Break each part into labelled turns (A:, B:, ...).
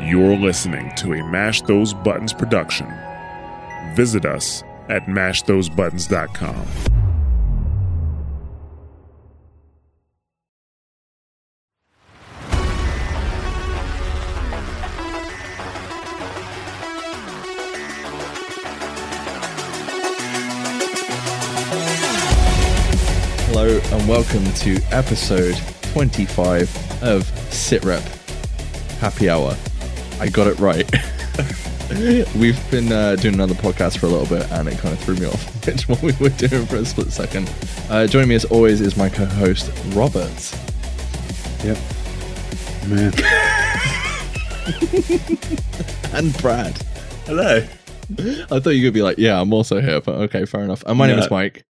A: You're listening to a Mash Those Buttons production. Visit us at mashthosebuttons.com.
B: Hello and welcome to episode 25 of SitRep Happy Hour. I got it right. We've been uh, doing another podcast for a little bit and it kind of threw me off which one we were doing for a split second. Uh, joining me as always is my co host, Robert.
C: Yep. Man.
B: and Brad.
D: Hello.
B: I thought you could be like, yeah, I'm also here, but okay, fair enough. And my name
D: No.
B: is Mike.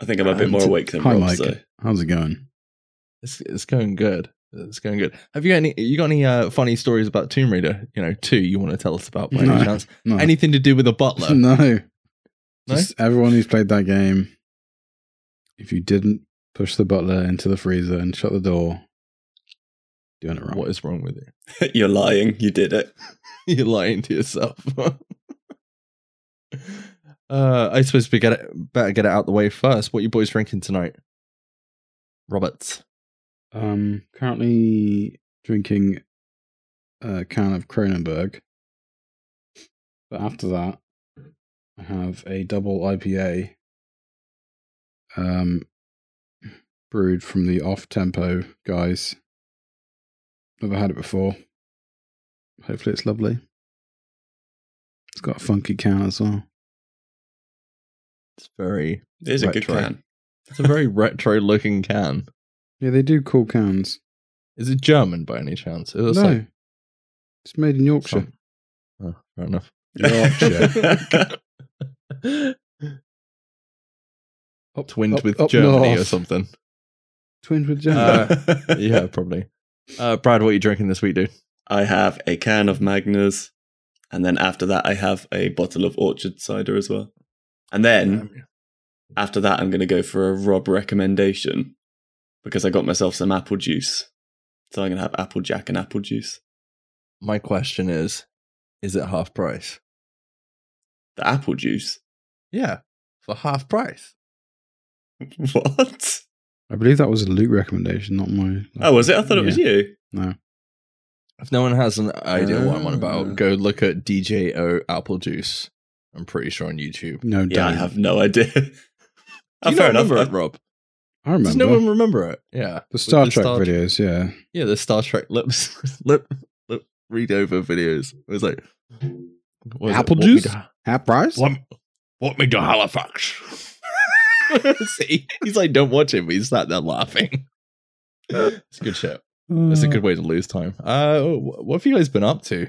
D: I think I'm a bit
B: And-
D: more awake than
C: Hi,
D: Rob.
C: Mike.
D: So.
C: How's it going?
B: It's, it's going good. It's going good. Have you got any? You got any uh, funny stories about Tomb Raider? You know, two you want to tell us about by
C: No.
B: any chance?
C: No.
B: Anything to do with a butler?
C: no.
B: No?
C: Just everyone who's played that game, if you didn't push the butler into the freezer and shut the door, doing it wrong.
B: What is wrong with you?
D: You're lying. You did it.
B: You're lying to yourself. uh, I suppose we get it, better get it out the way first. What you boys drinking tonight? Roberts.
C: Um, currently drinking a can of Kronenberg. But after that, I have a double IPA um, brewed from the off tempo guys. Never had it before. Hopefully, it's lovely. It's got a funky can as well.
B: It's very.
D: It is a good
B: Retro.
D: plan.
B: It's a very retro-looking can.
C: Yeah, they do cool cans.
B: Is it German by any chance? It looks
C: no,
B: like
C: it's made in Yorkshire.
B: some- Oh, fair enough.
C: Yorkshire. Up-
B: Twinned
C: up-
B: with
C: up
B: Germany or
C: north.
B: something.
C: Twinned with Germany.
B: Uh, yeah, probably. Uh, Brad, what are you drinking this week, dude?
D: I have a can of Magners, and then after that, I have a bottle of Orchard cider as well. And then after that, I'm going to go for a Rob recommendation because I got myself some apple juice. So I'm going to have apple jack and apple juice.
B: my question is: Is it half price?
D: The apple juice.
B: Yeah, for half price.
D: What?
C: I believe that was a Luke recommendation, not my.
D: Oh, was it? I thought it was
C: Yeah.
D: you.
C: No.
B: If no one has an idea what I'm on
D: Ah.
B: about, go look at DJO Apple Juice. I'm pretty sure on YouTube.
C: No,
D: Yeah, I
C: don't.
D: have no idea.
B: Do you not remember it, Rob?
C: I remember.
B: Does no one Oh, remember it? Yeah,
C: the Star
B: With the
C: Trek
B: Star-
C: videos, yeah.
B: yeah. The Star Trek lips lip lip read over videos. It was like what was it?
C: Apple
B: What we
C: juice?
B: do-
C: Half price?
B: What, what me to Halifax? See, he's like, don't watch it, but he's sat there laughing. It's good shit. It's a good way to lose time. Uh, wh- what have you guys been up to?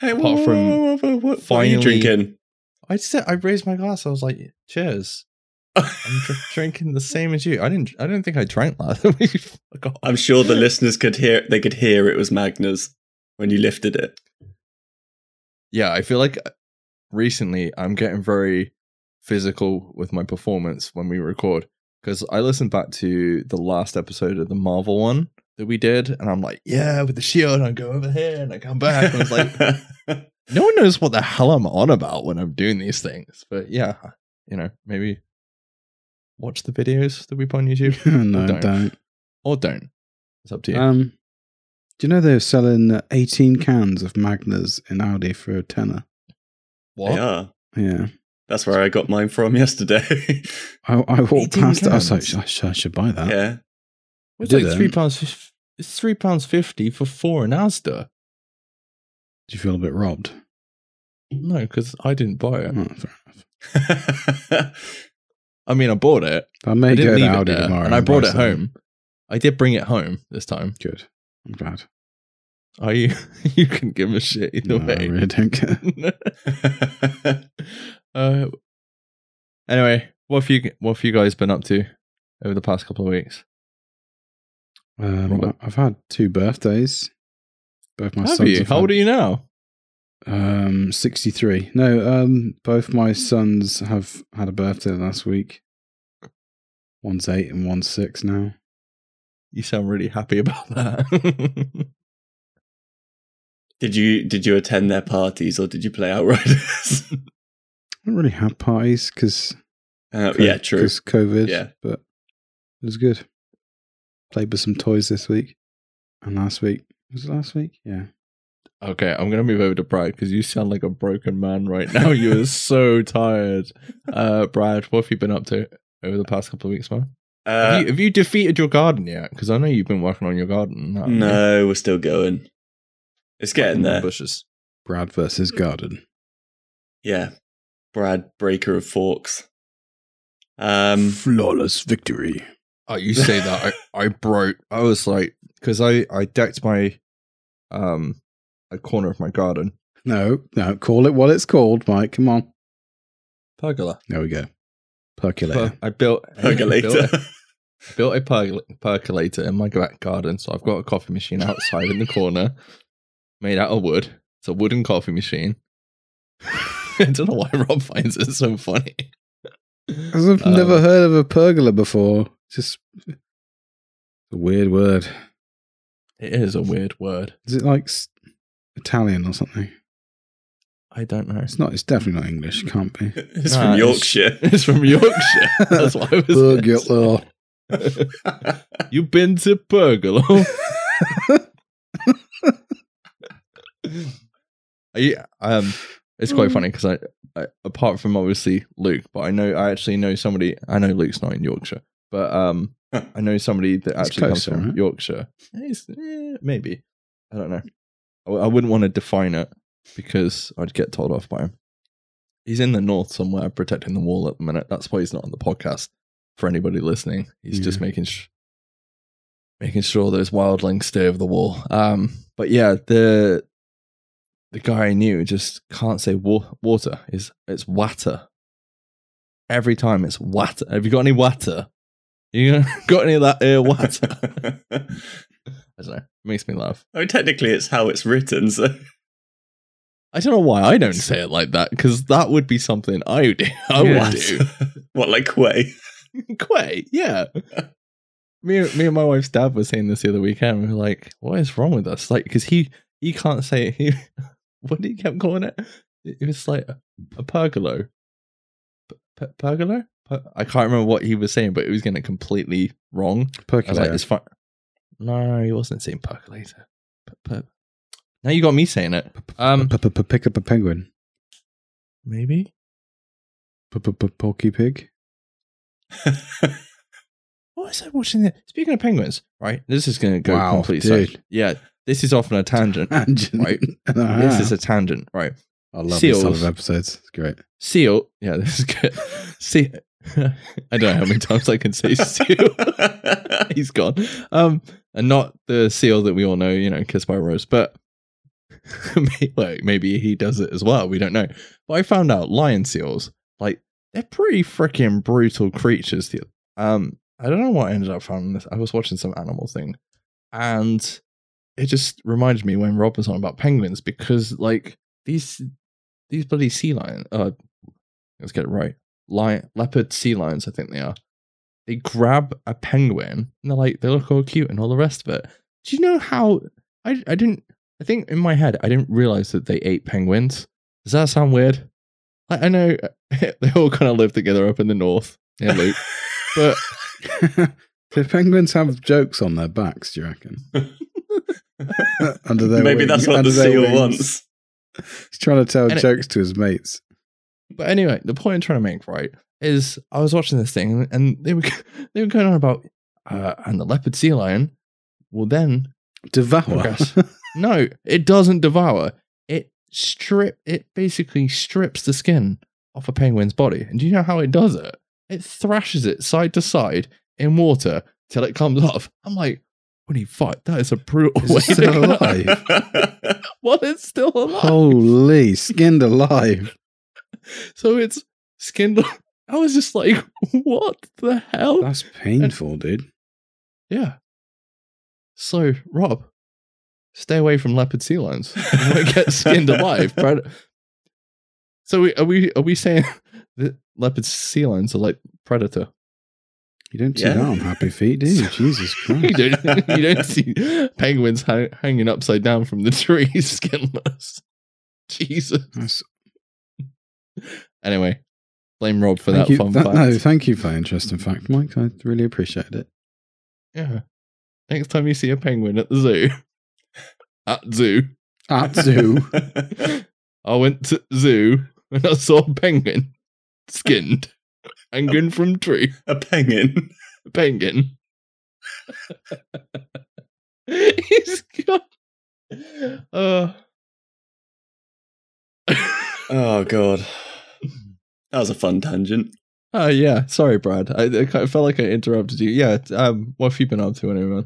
D: Hey,
B: Apart
D: what,
B: from
D: what, what, what, what are you
B: finally-
D: drinking?
B: I said I raised my glass. I was like, "Cheers." I'm dr- drinking the same as you. I didn't. I don't think I drank last week. Fuck off.
D: I'm sure the listeners could hear they could hear it was Magnus when you lifted it.
B: Yeah, I feel like uh, recently I'm getting very physical with my performance when we record because I listened back to the last episode of the Marvel one that we did, and I'm like, "Yeah, with the shield." And I go over here and I come back. And I was like, "No one knows what the hell I'm on about when I'm doing these things." But yeah, you know, maybe watch the videos that we put on YouTube.
C: no,
B: Don't.
C: don't.
B: or don't. It's up to you.
C: Um, do you know they're selling 18 cans of Magners in Audi for a tenner?
D: They are.
C: Yeah.
D: That's where I got mine from yesterday.
C: I, I
B: 18
C: walked past it. I was like,
B: cans?
C: I should, I should buy that.
D: yeah.
B: It's
C: Did
B: like
C: it?
B: three pounds. fif- It's three pounds fifty for four in Asda.
C: Do you feel a bit robbed?
B: No, because I didn't buy
C: Oh,
B: it.
C: fair enough.
B: I mean, I bought it.
C: I
B: I
C: may
B: didn't
C: go to
B: leave it
C: Audi
B: there,
C: tomorrow.
B: and I brought
C: buy
B: it
C: some.
B: home. I did bring it home this time.
C: Good. I'm glad.
B: Are you? You can give a shit either
C: No, I
B: way.
C: really don't care.
B: uh, anyway, what have you? What have you guys been up to over the past couple of weeks?
C: Um,
B: Robert.
C: I- I've had two birthdays. Both my
B: have
C: sons
B: you?
C: have
B: How
C: had
B: old are you now?
C: Um, 63. No, um, both my sons have had a birthday last week. One's eight and one's six now.
B: You sound really happy about that.
D: Did you did you attend their parties or did you play Outriders?
C: I don't really have parties because
D: uh, yeah, true.
C: Because COVID.
D: Yeah.
C: But it was good. Played with some toys this week and last week. Was it last week? Yeah.
B: Okay, I'm gonna move over to Brad because you sound like a broken man right now. You are so tired. Uh, Brad, what have you been up to over the past couple of weeks, man? have,
D: Uh,
B: you, have you defeated your garden yet? Because I know you've been working on your garden. haven't you?
D: no, we're still going. It's getting there.
B: Bushes.
C: Brad versus Garden.
D: Yeah. Brad Breaker of Forks. Um
C: Flawless victory.
B: Oh, you say that I, I broke. I was like, because I I decked my um a corner of my garden.
C: No, no. Call it what it's called, Mike. Come on.
B: Pergola.
C: There we go. Percolator.
B: I built
D: percolator.
B: built a- built a pergol- percolator in my back garden. So I've got a coffee machine outside in the corner, made out of wood. It's a wooden coffee machine. I don't know why Rob finds it so funny.
C: As I've
B: Um,
C: never heard of a pergola before. Just it's a weird word.
B: It is a weird word.
C: Is it like s- Italian or something?
B: I don't know.
C: It's not. It's definitely not English. It Can't be.
D: it's
B: Nah,
D: from
B: it's-
D: Yorkshire.
B: It's from Yorkshire. That's why I was.
C: Pergola.
B: You've been to Pergola. I, Uh, um, it's
C: Hmm.
B: quite funny because I, I, apart from obviously Luke, but I know I actually know somebody. I know Luke's not in Yorkshire, but um, I know somebody that
C: It's
B: actually
C: closer,
B: comes from
C: right?
B: Yorkshire. It's, eh, maybe I don't know. I, I wouldn't want to define it because I'd get told off by him. He's in the north somewhere, protecting the wall at the minute. That's why he's not on the podcast. For anybody listening, he's just
C: Yeah.
B: making sh- making sure those wildlings stay over the wall. Um, but yeah, the the guy I knew just can't say wa- water. Is it's water. Every time it's water. Have you got any water? You got any of that uh, water? I don't know. makes me laugh.
D: I mean, technically, it's how it's written. So
B: I don't know why I don't say it like that because that would be something I would do. I
C: Yeah.
B: would do.
D: what, like way?
B: Quay, yeah. me, me and my wife's dad were saying this the other weekend. We were like, "What is wrong with us?" Like, because he he can't say he. What did he kept calling it? It was like a, a pergolo. P- p- pergolo? Per- I can't remember what he was saying, but it was getting it completely wrong. I was
C: Percolator.
B: like, "It's fine." No, he wasn't saying percolator. P- per- now you got me saying it. Um,
C: P- p- p- Pick up a penguin.
B: maybe
C: P- p- p- Porky pig.
B: What was I watching? There? Speaking of penguins, right? This is going to go
C: Wow,
B: complete.
C: dude.
B: side- Yeah, this is off on a tangent.
C: Tangent.
B: Right.
C: And a
B: This
C: half.
B: is a tangent, right?
C: I love
B: Seals.
C: these type of episodes. It's great.
B: Seal. Yeah, this is good. See, I don't know how many times I can say seal. He's gone. Um, and not the seal that we all know, you know, kissed by a rose, but may- like, maybe he does it as well. We don't know. But I found out lion seals, like they're pretty freaking brutal creatures. The- Um, I don't know what I ended up finding this. I was watching some animal thing, and it just reminded me when Rob was on about penguins because like these these bloody sea lions. Uh, let's get it right. Lion, leopard sea lions, I think they are. They grab a penguin and they're like, they look all cute and all the rest of it. Do you know how? I I didn't. I think in my head I didn't realize that they ate penguins. Does that sound weird? Like I know they all kind of live together up in the north near Luke, but
C: Do penguins have jokes on their backs? Do you reckon? Under their
D: Maybe
C: wing-
D: that's what
C: under
D: the
C: their
D: seal
C: wings.
D: wants.
C: He's trying to tell
B: And it-
C: jokes to his mates.
B: But anyway, the point I'm trying to make, right, is I was watching this thing and- and they were they were going on about uh, and the leopard sea lion will then
C: Devour.
B: progress. no, it doesn't devour. It strip it basically strips the skin off a penguin's body. And do you know how it does it? It thrashes it side to side in water till it comes off. I'm like, holy fuck, that is a brutal
C: Is it
B: way to
C: still
B: go.
C: alive?
B: Well, it's still alive.
C: Holy, skinned alive.
B: So it's skinned. I was just like, what the hell?
C: That's painful, dude.
B: Yeah. So, Rob, stay away from leopard sea lions. You might get skinned alive. Brad. So, we, are we are we saying that leopard sea lions are like predator?
C: You don't see
D: Yeah.
C: that on Happy Feet, do you? Jesus
B: you
C: Christ.
B: don't, you don't see penguins hang, hanging upside down from the trees, skinless. Jesus.
C: That's,
B: Anyway, blame Rob for
C: thank
B: that
C: you,
B: fun
C: that-
B: fact.
C: No, thank you for that interesting fact, Mike. I really appreciate it.
B: Yeah. Next time you see a penguin at the zoo, at zoo,
C: At zoo.
B: I went to zoo and I saw a penguin skinned, hanging from tree.
D: a penguin.
B: A penguin. He's got. Uh,
D: Oh god, that was a fun tangent.
B: Oh yeah, sorry, Brad. I, I kind of felt like I interrupted you. Yeah, t- um, what have you been up to anyway,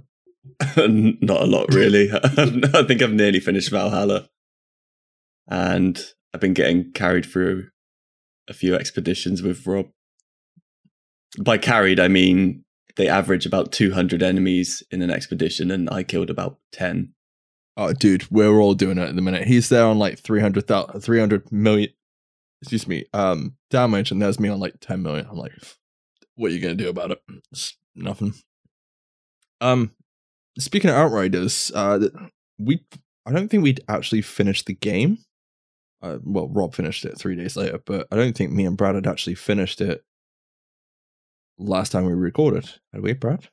B: man?
D: Not a lot really. I think I've nearly finished Valhalla, and I've been getting carried through a few expeditions with Rob. By carried, I mean they average about 200 enemies in an expedition, and I killed about 10.
B: Oh, dude, we're all doing it at the minute. He's there on like 300,000, 300 million, excuse me, um, damage, and there's me on like 10 million. I'm like, what are you going to do about it? It's nothing. Um, speaking of Outriders, uh, th- we, I don't think we'd actually finished the game. Uh, well, Rob finished it three days later, but I don't think me and Brad had actually finished it last time we recorded. Had we, Brad?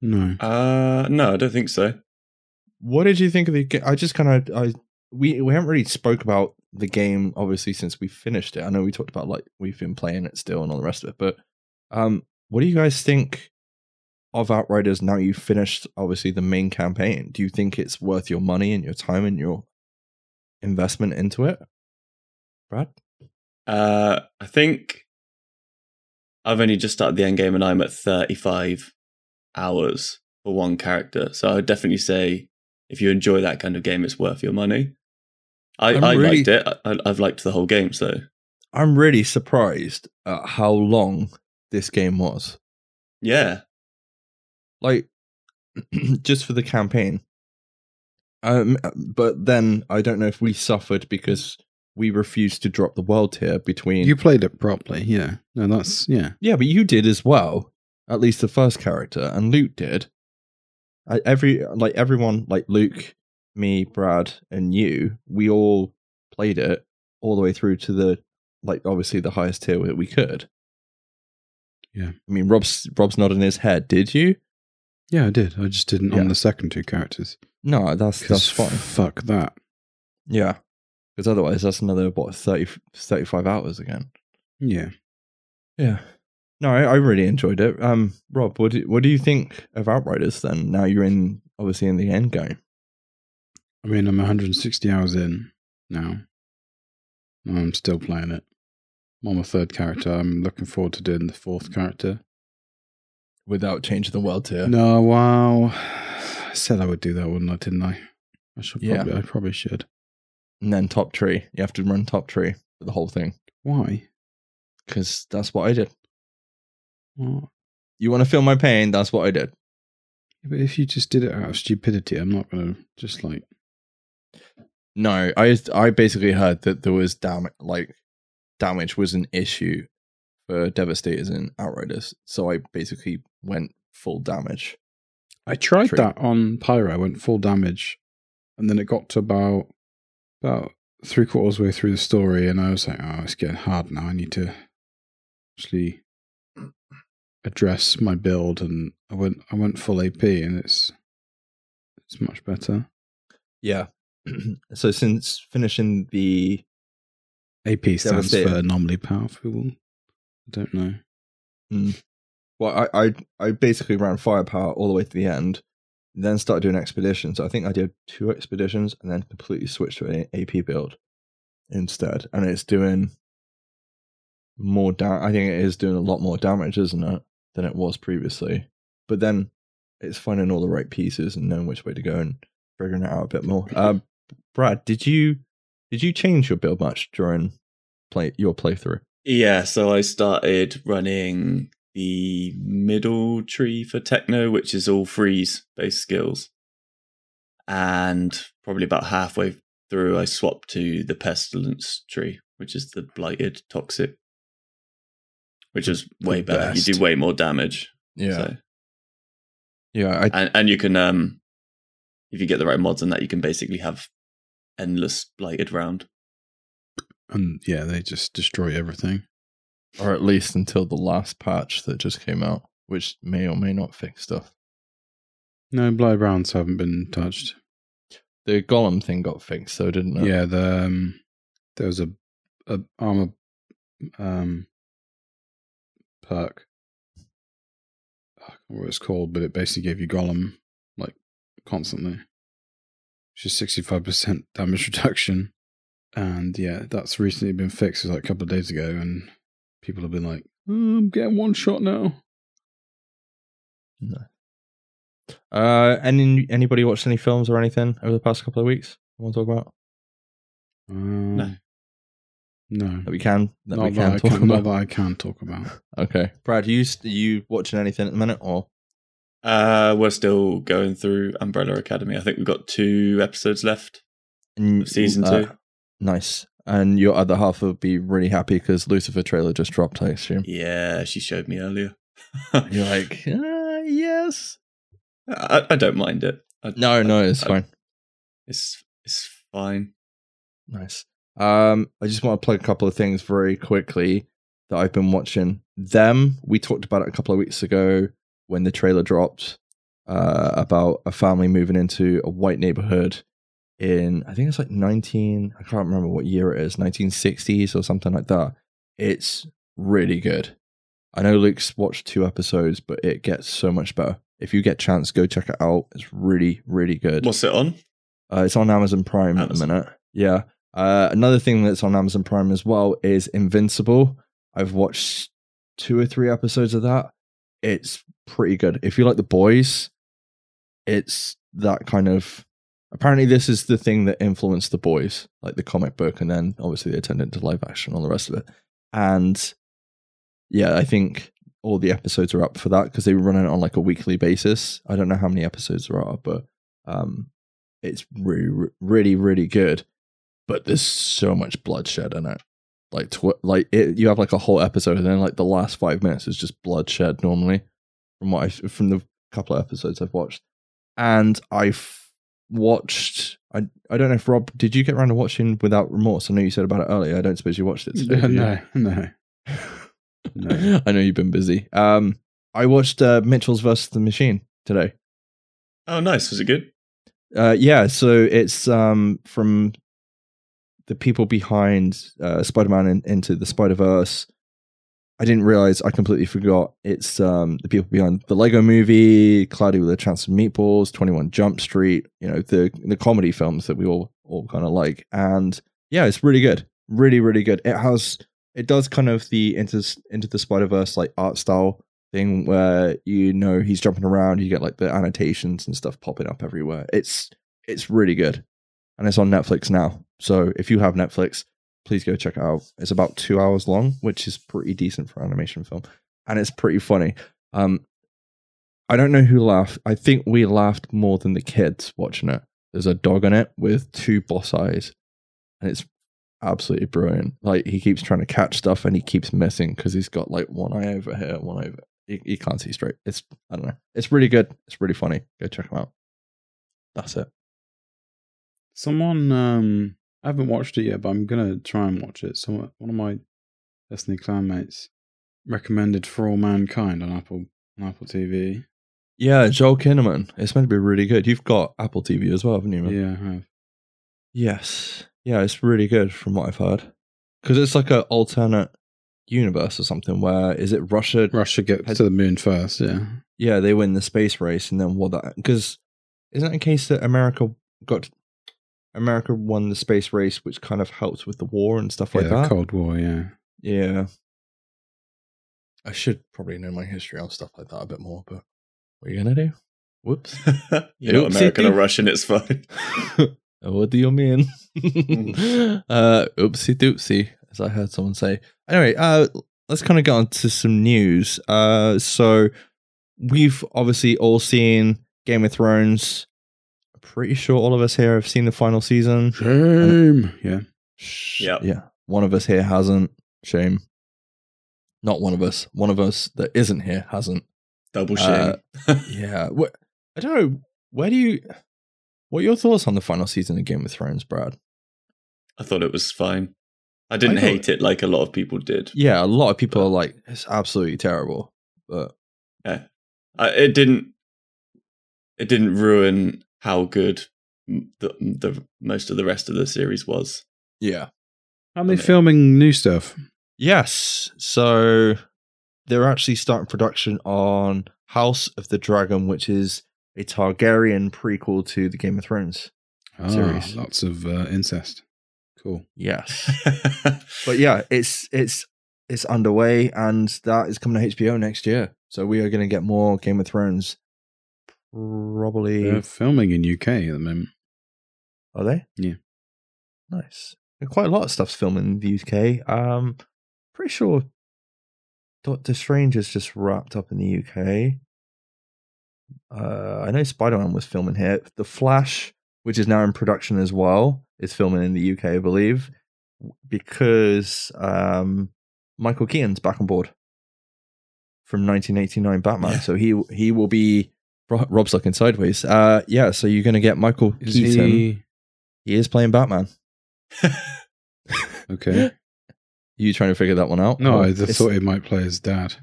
C: No.
D: Uh, no, I don't think so.
B: what did you think of the game? I just kind of I we we haven't really spoke about the game obviously since we finished it. I know we talked about like we've been playing it still and all the rest of it, but um, what do you guys think of Outriders now you've finished obviously the main campaign? Do you think it's worth your money and your time and your investment into it, Brad?
D: Uh, I think I've only just started the end game and I'm at 35 hours for one character. So I would definitely say if you enjoy that kind of game, it's worth your money. I,
B: I'm
D: I
B: really-
D: liked it. I, I've liked the whole game. So
B: I'm really surprised at how long this game was.
D: yeah,
B: like just for the campaign um but then i don't know if we suffered because we refused to drop the world tier between
C: You played it properly, yeah. No, that's, yeah.
B: yeah but you did as well at least the first character and luke did I, every like everyone like luke me brad and you we all played it all the way through to the like obviously the highest tier that we could
C: Yeah.
B: i mean rob's rob's nodding his head did you
C: Yeah, I did. I just didn't
B: Yeah.
C: on the second two characters.
B: no that's that's
C: 'Cause
B: fine
C: Fuck that.
B: Yeah. Because otherwise, that's another, what, 30, 35 hours again.
C: Yeah.
B: Yeah. No, I, I really enjoyed it. Um, Rob, what do, what do you think of Outriders then? Now you're in, obviously, in the end game.
C: I mean, I'm 160 hours in now. I'm still playing it. I'm on my third character. I'm looking forward to doing the fourth character.
B: Without changing the world tier.
C: No, wow. I said I would do that, wouldn't I? Didn't I? I should
B: Yeah.
C: probably. I probably should.
B: And then top tree. You have to run top tree for the whole thing.
C: Why?
B: Because that's what I did.
C: What?
B: You want to feel my pain? That's what I did.
C: But if you just did it out of stupidity, I'm not going to just like.
B: No, I I basically heard that there was damage, like damage was an issue for devastators and outriders. So I basically went full damage.
C: I tried
B: True.
C: that on Pyro. I went full damage, and then it got to about about three quarters way through the story, and I was like, "Oh, it's getting hard now. I need to actually address my build." And I went I went full AP, and it's it's much better.
B: Yeah. so since finishing the
C: AP stands
B: Devastating.
C: for anomaly powerful. I don't know.
B: well, I, I I basically ran firepower all the way to the end, then started doing expeditions. I think I did two expeditions and then completely switched to an AP build instead, and it's doing more damage. I think it is doing a lot more damage, isn't it, than it was previously? But then it's finding all the right pieces and knowing which way to go and figuring it out a bit more. Um, Brad, did you did you change your build much during play your playthrough?
D: yeah. So I started running the middle tree for techno, which is all freeze based skills, and probably about halfway through, I swapped to the pestilence tree, which is the blighted toxic which is way
C: The
D: better. You
C: best.
D: do way more damage.
B: Yeah.
D: So.
B: Yeah. I,
D: And, and you can, um, if you get the right mods on that, you can basically have endless blighted round.
C: And yeah, they just destroy everything.
B: or at least until the last patch that just came out, which may or may not fix stuff.
C: No, Bly Browns haven't been touched.
B: The golem thing got fixed, so didn't it?
C: Yeah, the um, there was a, a armor um perk. I can't remember what it's called, but it basically gave you golem like constantly. Which is sixty five percent damage reduction. And yeah, that's recently been fixed. It was like a couple of days ago and people have been like, "Oh, I'm getting one shot now.
B: Uh, any anybody watched any films or anything over the past couple of weeks? I want to talk about
C: Uh, no. No.
B: that we can that
C: not,
B: we
C: that
B: can
C: I
B: talk
C: can, not
B: about.
C: that I can talk about.
B: Okay, Brad, you s- you watching anything at the minute or?
D: Uh, we're still going through Umbrella Academy. I think we've got two episodes left.
B: N-
D: Season
B: uh,
D: two.
B: Nice. And your other half would be really happy because Lucifer trailer just dropped, I assume.
D: Yeah, she showed me earlier.
B: You're like, ah, yes.
D: I, I don't mind it. I,
B: No, no, it's
D: I-
B: fine.
D: It's it's fine.
B: Nice. Um, I just want to plug a couple of things very quickly that I've been watching. Them, we talked about it a couple of weeks ago when the trailer dropped uh, about a family moving into a white neighborhood in, I think it's like 19, I can't remember what year it is, 1960s or something like that. It's really good. I know Luke's watched two episodes, but it gets so much better. If you get a chance, go check it out. It's really, really good.
D: What's it on?
B: Uh, it's on Amazon Prime at
D: Amazon.
B: the minute. Yeah. Uh, another thing that's on Amazon Prime as well is Invincible. I've watched two or three episodes of that. It's pretty good. If you like The Boys, it's that kind of. Apparently, this is the thing that influenced The Boys, like the comic book, and then obviously they turned it into live action, and all the rest of it. And yeah, I think all the episodes are up for that because they were running it on like a weekly basis. I don't know how many episodes there are, but um, it's really really really good but there's so much bloodshed in it like tw- like it, you have like a whole episode and then like the last five minutes is just bloodshed normally from what I from the couple of episodes I've watched and I've watched I I don't know if Rob did you get around to watching Without Remorse I know you said about it earlier I don't suppose you watched it today,
C: no,
B: did you?
C: no, no. No.
B: I know you've been busy um I watched uh, Mitchell's versus the Machine today
D: Oh, nice. Was it good?
B: Uh, yeah, so it's um from the people behind uh, Spider-Man in, into the Spider-Verse. I didn't realize I completely forgot. It's um the people behind the Lego Movie, Cloudy with a Chance of Meatballs, Twenty One Jump Street. You know the the comedy films that we all all kind of like, and yeah, it's really good, really really good. It has it does kind of the into into the Spider Verse like art style thing where you know he's jumping around, you get like the annotations and stuff popping up everywhere. It's it's really good, and it's on Netflix now. So if you have Netflix, please go check it out. It's about two hours long, which is pretty decent for an animation film, and it's pretty funny. Um, I don't know who laughed. I think we laughed more than the kids watching it. There's a dog in it with two boss eyes, and it's absolutely brilliant. Like he keeps trying to catch stuff and he keeps missing because he's got like one eye over here, one over you, you can't see straight. It's I don't know. It's really good. It's really funny. Go check them out. That's it.
C: Someone, um, I haven't watched it yet, but I'm gonna try and watch it. Someone, one of my Destiny clan mates recommended For All Mankind on Apple on Apple TV.
B: Yeah, Joel Kinnaman. It's meant to be really good. You've got Apple TV as well, haven't you? Man?
C: Yeah, I have.
B: Yes. Yeah, it's really good from what I've heard. Because it's like an alternate universe or something. Where is it Russia?
C: Russia get
B: Has-
C: to the moon first. Yeah,
B: yeah, they win the space race, and then what? That because isn't it a case that America got America won the space race, which kind of helped with the war and stuff
C: yeah,
B: like that.
C: Cold War. Yeah,
B: Yeah. I should probably know my history on stuff like that a bit more, but what are you gonna do? Whoops.
D: You're not
B: Oopsie
D: American or
B: doop.
D: Russian. It's fine.
B: what do you mean? uh oopsie doopsie, as I heard someone say. Anyway, uh let's kind of get on to some news. Uh so we've obviously all seen Game of Thrones. Pretty sure all of us here have seen the final season.
C: shame. Yeah,
B: Sh-
D: Yep.
B: Yeah. One of us here hasn't. Shame. Not one of us. One of us that isn't here hasn't.
D: Double shame.
B: Uh, Yeah. What, I don't know. Where do you. What are your thoughts on the final season of Game of Thrones, Brad?
D: I thought it was fine. I didn't
B: I thought-
D: hate it like a lot of people did.
B: Yeah, a lot of people are like, it's absolutely terrible. But
D: I, it didn't. It didn't ruin how good m- the, the most of the rest of the series was.
B: yeah.
C: Aren't they
B: uh,
D: Okay.
C: filming new stuff?
B: Yes. So they're actually starting production on House of the Dragon, which is a Targaryen prequel to the Game of Thrones.
C: Ah,
B: Series.
C: lots of uh, incest. Cool.
B: Yes. but yeah, it's it's it's underway and that is coming to HBO next year. So we are gonna get more Game of Thrones. Probably
C: They're filming in UK at the moment.
B: Are they?
C: Yeah.
B: Nice. And quite a lot of stuff's filming in the UK. Um, pretty sure Doctor Strange is just wrapped up in the UK. Uh, I know Spider Man was filming here. The Flash, which is now in production as well, is filming in the UK, I believe, because um, Michael Keaton's back on board from 1989 Batman.
D: Yeah.
B: So he he will be. Ro- Rob's looking sideways. Uh, yeah, so you're going to get Michael
C: Is
B: Keaton.
C: he
B: He is playing Batman.
C: okay?
B: You trying to figure that one out?
C: No,
B: Or
C: I just
B: it's- Hmm.
C: thought he might play his dad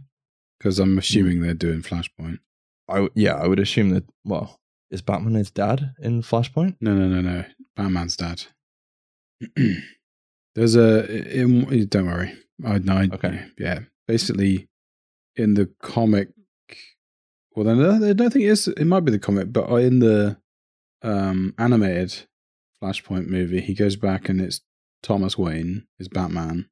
C: because I'm assuming they're doing Flashpoint.
B: I w- yeah, I would assume that. Well, is Batman his dad in Flashpoint?
C: No, no, no, no. Batman's dad. There's a. In, in- don't worry. I, no, I
B: Okay.
C: Yeah. Basically, in the comic. Well, then I don't think it is. It might be the comic, but uh, in the um, animated Flashpoint movie, he goes back and it's Thomas Wayne is Batman.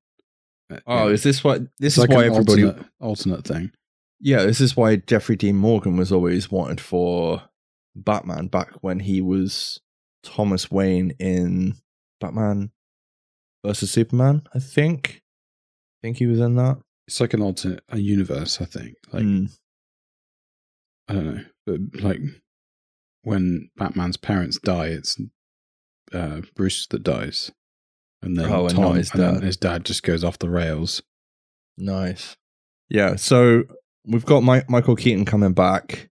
C: Uh,
B: Oh,
C: yeah.
B: is this why? This
C: It's
B: is
C: like
B: why
C: an
B: everybody.
C: alternate, alternate thing.
B: Yeah, this is why Jeffrey Dean Morgan was always wanted for Batman back when he was Thomas Wayne in Batman versus Superman. I think. I think he was in that.
C: It's like an alternate a universe, I think. Like
B: Mm.
C: I don't know, but like when Batman's parents die, it's uh, Bruce that dies, and then
B: Oh, and
C: Tom
B: not his
C: and then
B: dad.
C: his dad just goes off the rails.
B: Nice. Yeah, so we've got Mi- Michael Keaton coming back.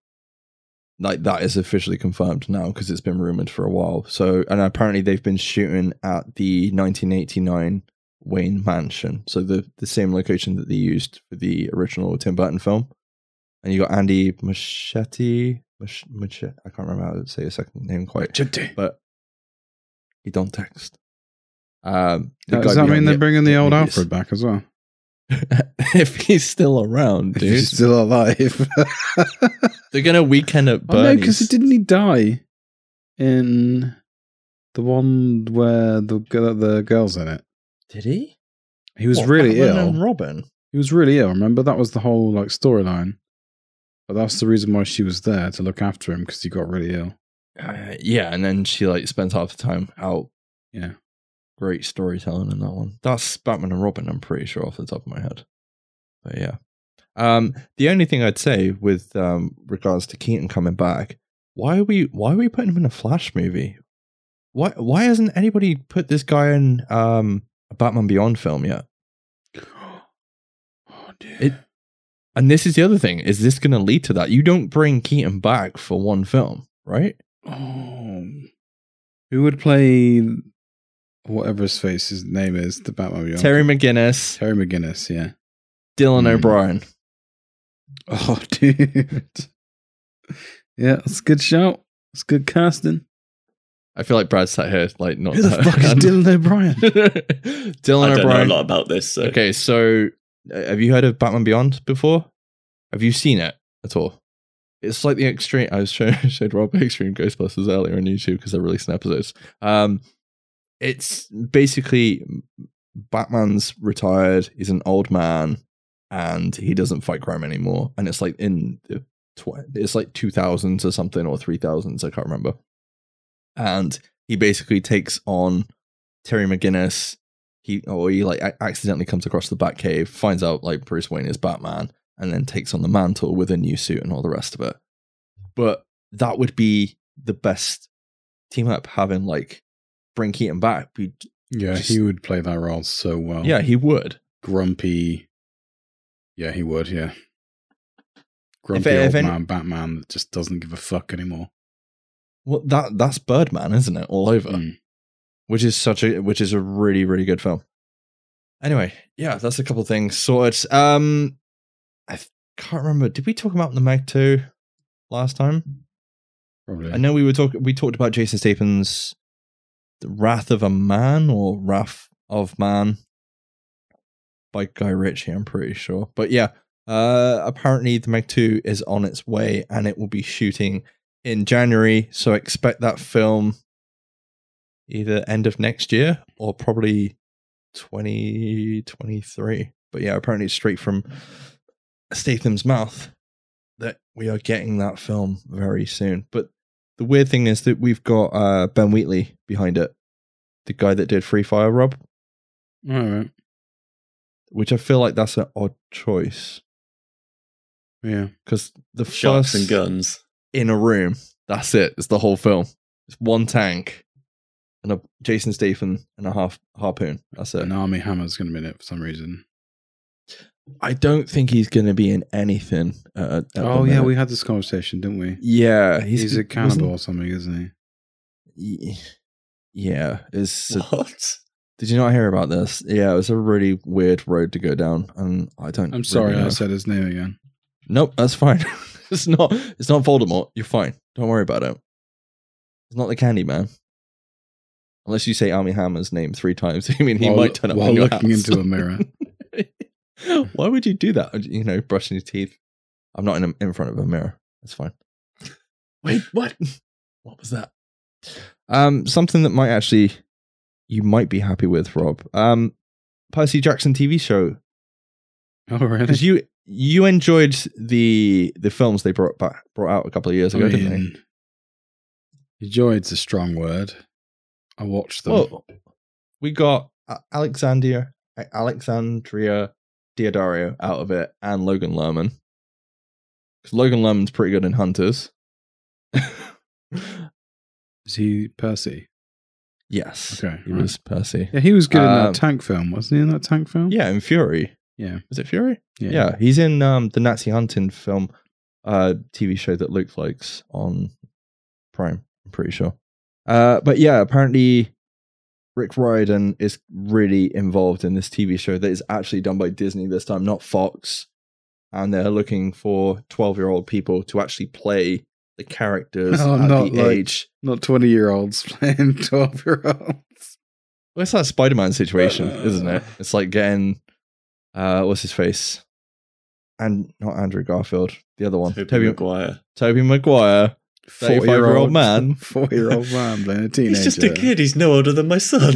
B: Like that is officially confirmed now because it's been rumored for a while. So, and apparently they've been shooting at the 1989 Wayne Mansion, so the the same location that they used for the original Tim Burton film. And you got Andy Machete, Mach- Machete. I can't remember how to say his second name quite,
C: Does
B: but he don't text. Um, the guy
C: that
B: behind
C: mean they're
B: the-
C: bringing the old
B: Yes.
C: Alfred back as well?
B: if he's still around,
C: If
B: dude?
C: he's still alive.
B: They're gonna weekend at
C: oh, no,
B: Bernie's.
C: because didn't he die in the one where the girl- the girls in it?
B: Did he?
C: He was really
B: Batman
C: ill.
B: and Robin.
C: He was really ill. Remember that was the whole like storyline. But that's the reason why she was there to look after him because he got really ill.
B: Uh, yeah, and then she like spends half the time out.
C: Yeah.
B: Great storytelling in that one. That's Batman and Robin. I'm pretty sure off the top of my head. But yeah, um, the only thing I'd say with um, regards to Keaton coming back, why are we why are we putting him in a Flash movie? Why why hasn't anybody put this guy in um, a Batman Beyond film yet?
C: Oh, dear.
B: It- And this is the other thing: is this going to lead to that? You don't bring Keaton back for one film, right?
C: oh. Who would play whatever his face his name is, the Batman? Beyond?
B: Terry McGinnis,
C: Terry McGinnis, yeah.
B: Dylan
C: Hmm.
B: O'Brien.
C: Oh, dude. yeah, that's a good shout. That's good casting.
B: I feel like Brad sat here like not.
C: Who the fuck is Dylan O'Brien?
B: Dylan?
D: I
B: Dylan
D: don't
B: O'Brien.
D: know a lot about this. So.
B: Okay, so uh, have you heard of Batman Beyond before? Have you seen it at all? It's like the extreme. I was showing showed Rob Extreme Ghostbusters earlier on YouTube because they're releasing episodes. Um, it's basically Batman's retired. He's an old man, and he doesn't fight crime anymore. And it's like in the tw- it's like two thousands or something or three thousands. I can't remember. And he basically takes on Terry McGinnis he or he like a- accidentally comes across the Batcave, finds out like Bruce Wayne is Batman, and then takes on the mantle with a new suit and all the rest of it. But that would be the best team up having like bring Keaton back. Be-
C: Yeah,
B: Just-
C: Oh. he would play that role so well.
B: Yeah, he would.
C: Grumpy, Yeah, he would. Yeah, grumpy
B: If-
C: old
B: if any-
C: man, Batman that just doesn't give a fuck anymore.
B: Well, that that's Birdman, isn't it? All over,
C: Mm.
B: which is such a which is a really really good film. Anyway, yeah, that's a couple of things sorted. Um, I th- can't remember. Did we talk about the Meg Two last time?
C: Probably.
B: I know we were talking. We talked about Jason Statham's "The Wrath of a Man" or "Wrath of Man" by Guy Ritchie. I'm pretty sure, but yeah. Uh, apparently, the Meg Two is on its way, and it will be shooting in January. So expect that film either end of next year or probably 2023. But yeah, apparently it's straight from Statham's mouth that we are getting that film very soon. But the weird thing is that we've got uh, Ben Wheatley behind it, the guy that did Free Fire Rob,
C: All right.
B: which I feel like that's an odd choice
C: Yeah.
B: because the
D: Sharks
B: first
D: and guns.
B: in a room. That's it. It's the whole film. It's one tank and a Jason Statham and a half harpoon. That's it.
C: An army hammer's going to be in it for some reason.
B: I don't think he's going to be in anything. Uh, at the
C: Oh yeah,
B: minute.
C: we had this conversation, didn't we?
B: yeah.
C: He's,
B: He's,
C: a
B: wasn't-
C: cannibal or something, isn't he?
B: y- Yeah. It's
D: what?
B: did you not hear about this? Yeah, it was a really weird road to go down, and I don't.
C: I'm sorry,
B: really know.
C: I said his name again.
B: nope. That's fine. it's not. It's not Voldemort. You're fine. Don't worry about it. It's not the Candy Man. Unless you say Army Hammer's name three times, I mean he
C: While-
B: might turn up
C: while
B: on your
C: looking
B: house.
C: into a mirror.
B: Why would you do that? You know, brushing your teeth. I'm not in, a, in front of a mirror. That's fine. Wait, what? What was that? Um, something that might actually you might be happy with, Rob. Um, Percy Jackson TV show
C: Oh really?
B: because you you enjoyed the the films they brought back brought out a couple of years
C: I
B: ago, didn't they?
C: mean, enjoyed's a strong word. I watched them.
B: Well, we got A- Alexandria A- Alexandria Diodario out of it and Logan Lerman. Because Logan Lerman's pretty good in Hunters.
C: Is he Percy?
B: yes.
C: Okay.
B: He
C: right.
B: was Percy.
C: Yeah, he was good in
B: Um,
C: that tank film, wasn't he? In that tank film?
B: Yeah, in Fury.
C: Yeah.
B: Is it Fury? Yeah. he's in um, the Nazi hunting film uh, TV show that Luke likes on Prime, I'm pretty sure. Uh, but yeah, apparently Rick Riordan is really involved in this TV show that is actually done by Disney this time, not Fox. And they're looking for 12 year old people to actually play the characters
C: Oh,
B: at
C: not
B: the
C: like-
B: age.
C: Not 20 year olds playing 12 year olds.
B: Well, it's that Spider Man situation, isn't it? It's like getting, uh, what's his face? And not Andrew Garfield, the other one,
D: Toby,
B: Tobey-
D: Maguire.
B: Toby Maguire. 35-year-old man.
C: 40 year old man playing a teenager.
D: He's just a kid. He's no older than my son.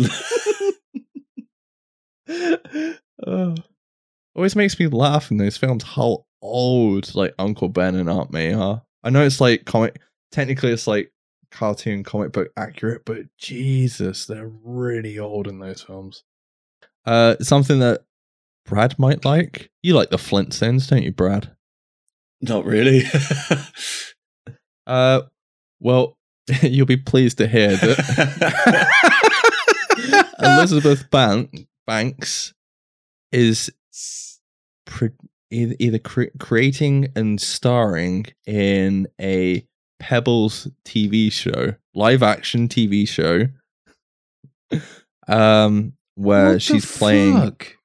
B: Oh. Always makes me laugh in those films how old like Uncle Ben and Aunt May are. I know it's like comic technically it's like cartoon comic book accurate, but Jesus, they're really old in those films. Uh something that Brad might like. You like the Flintstones, don't you, Brad?
D: Not really.
B: Uh well, you'll be pleased to hear that
D: Ah.
B: Elizabeth Ban- Banks is pre- eith- either cre- creating and starring in a Pebbles TV show, live action TV show, um, where she's playing,
C: Fuck?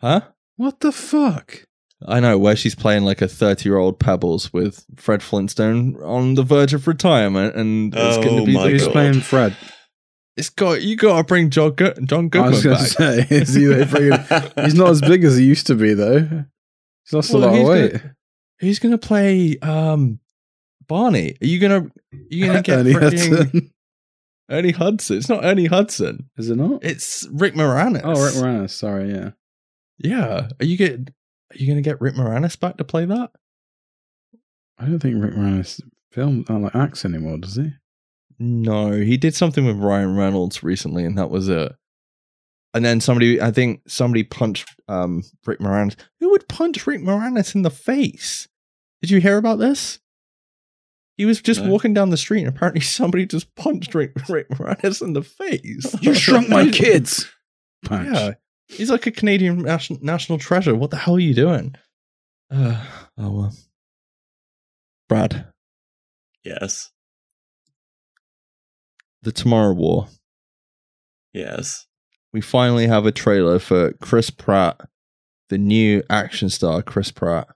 B: huh?
C: What the fuck?
B: I know where she's playing like a thirty-year-old Pebbles with Fred Flintstone on the verge of retirement, and it's going to
D: Oh
B: be
D: my
B: the-
C: Who's
D: God.
C: playing Fred?
B: it's got you got to bring John, Go- John
C: I
B: Goodman
C: was going to
B: back.
C: say, is he
B: eh,
C: they bringing- he's not as big as he used to be, though. He's lost
B: Well,
C: a lot of
B: he's
C: weight.
B: gonna- Who's gonna play um Barney? Are you gonna are you gonna get
C: Ernie
B: freaking Ernie,
C: Hudson.
B: Hudson? It's not Ernie Hudson.
C: Is it not?
B: It's Rick Moranis.
C: oh, Rick Moranis. Sorry, yeah.
B: Yeah. Are you get are you gonna get Rick Moranis back to play that?
C: I don't think Rick Moranis film uh, like acts anymore, does he?
B: No, he did something with Ryan Reynolds recently, and that was it. And then somebody, I think somebody punched um, Rick Moranis. Who would punch Rick Moranis in the face? Did you hear about this? He was just
D: No.
B: walking down the street, and apparently somebody just punched Rick, Rick Moranis in the face.
D: You shrunk my kids.
C: Punch.
B: Yeah, he's like a Canadian nation- national treasure. What the hell are you doing? Uh, oh well. Brad,
D: Yes.
B: the Tomorrow War.
D: Yes.
B: We finally have a trailer for Chris Pratt, the new action star Chris Pratt.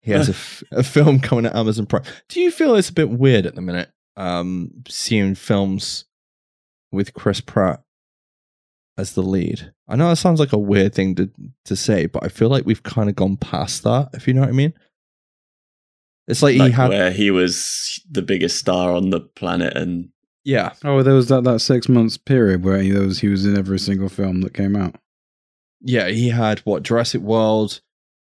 B: He has a, f- a film coming at Amazon Prime. Do you feel it's a bit weird at the minute? Um, seeing films with Chris Pratt as the lead. I know that sounds like a weird thing to to say, but I feel like we've kind of gone past that. If you know what I mean. It's like,
D: Like
B: he had,
D: where he was the biggest star on the planet and
B: yeah,
C: Oh, there was that, that six months period where he was he was in every single film that came out.
B: yeah, he had what Jurassic World,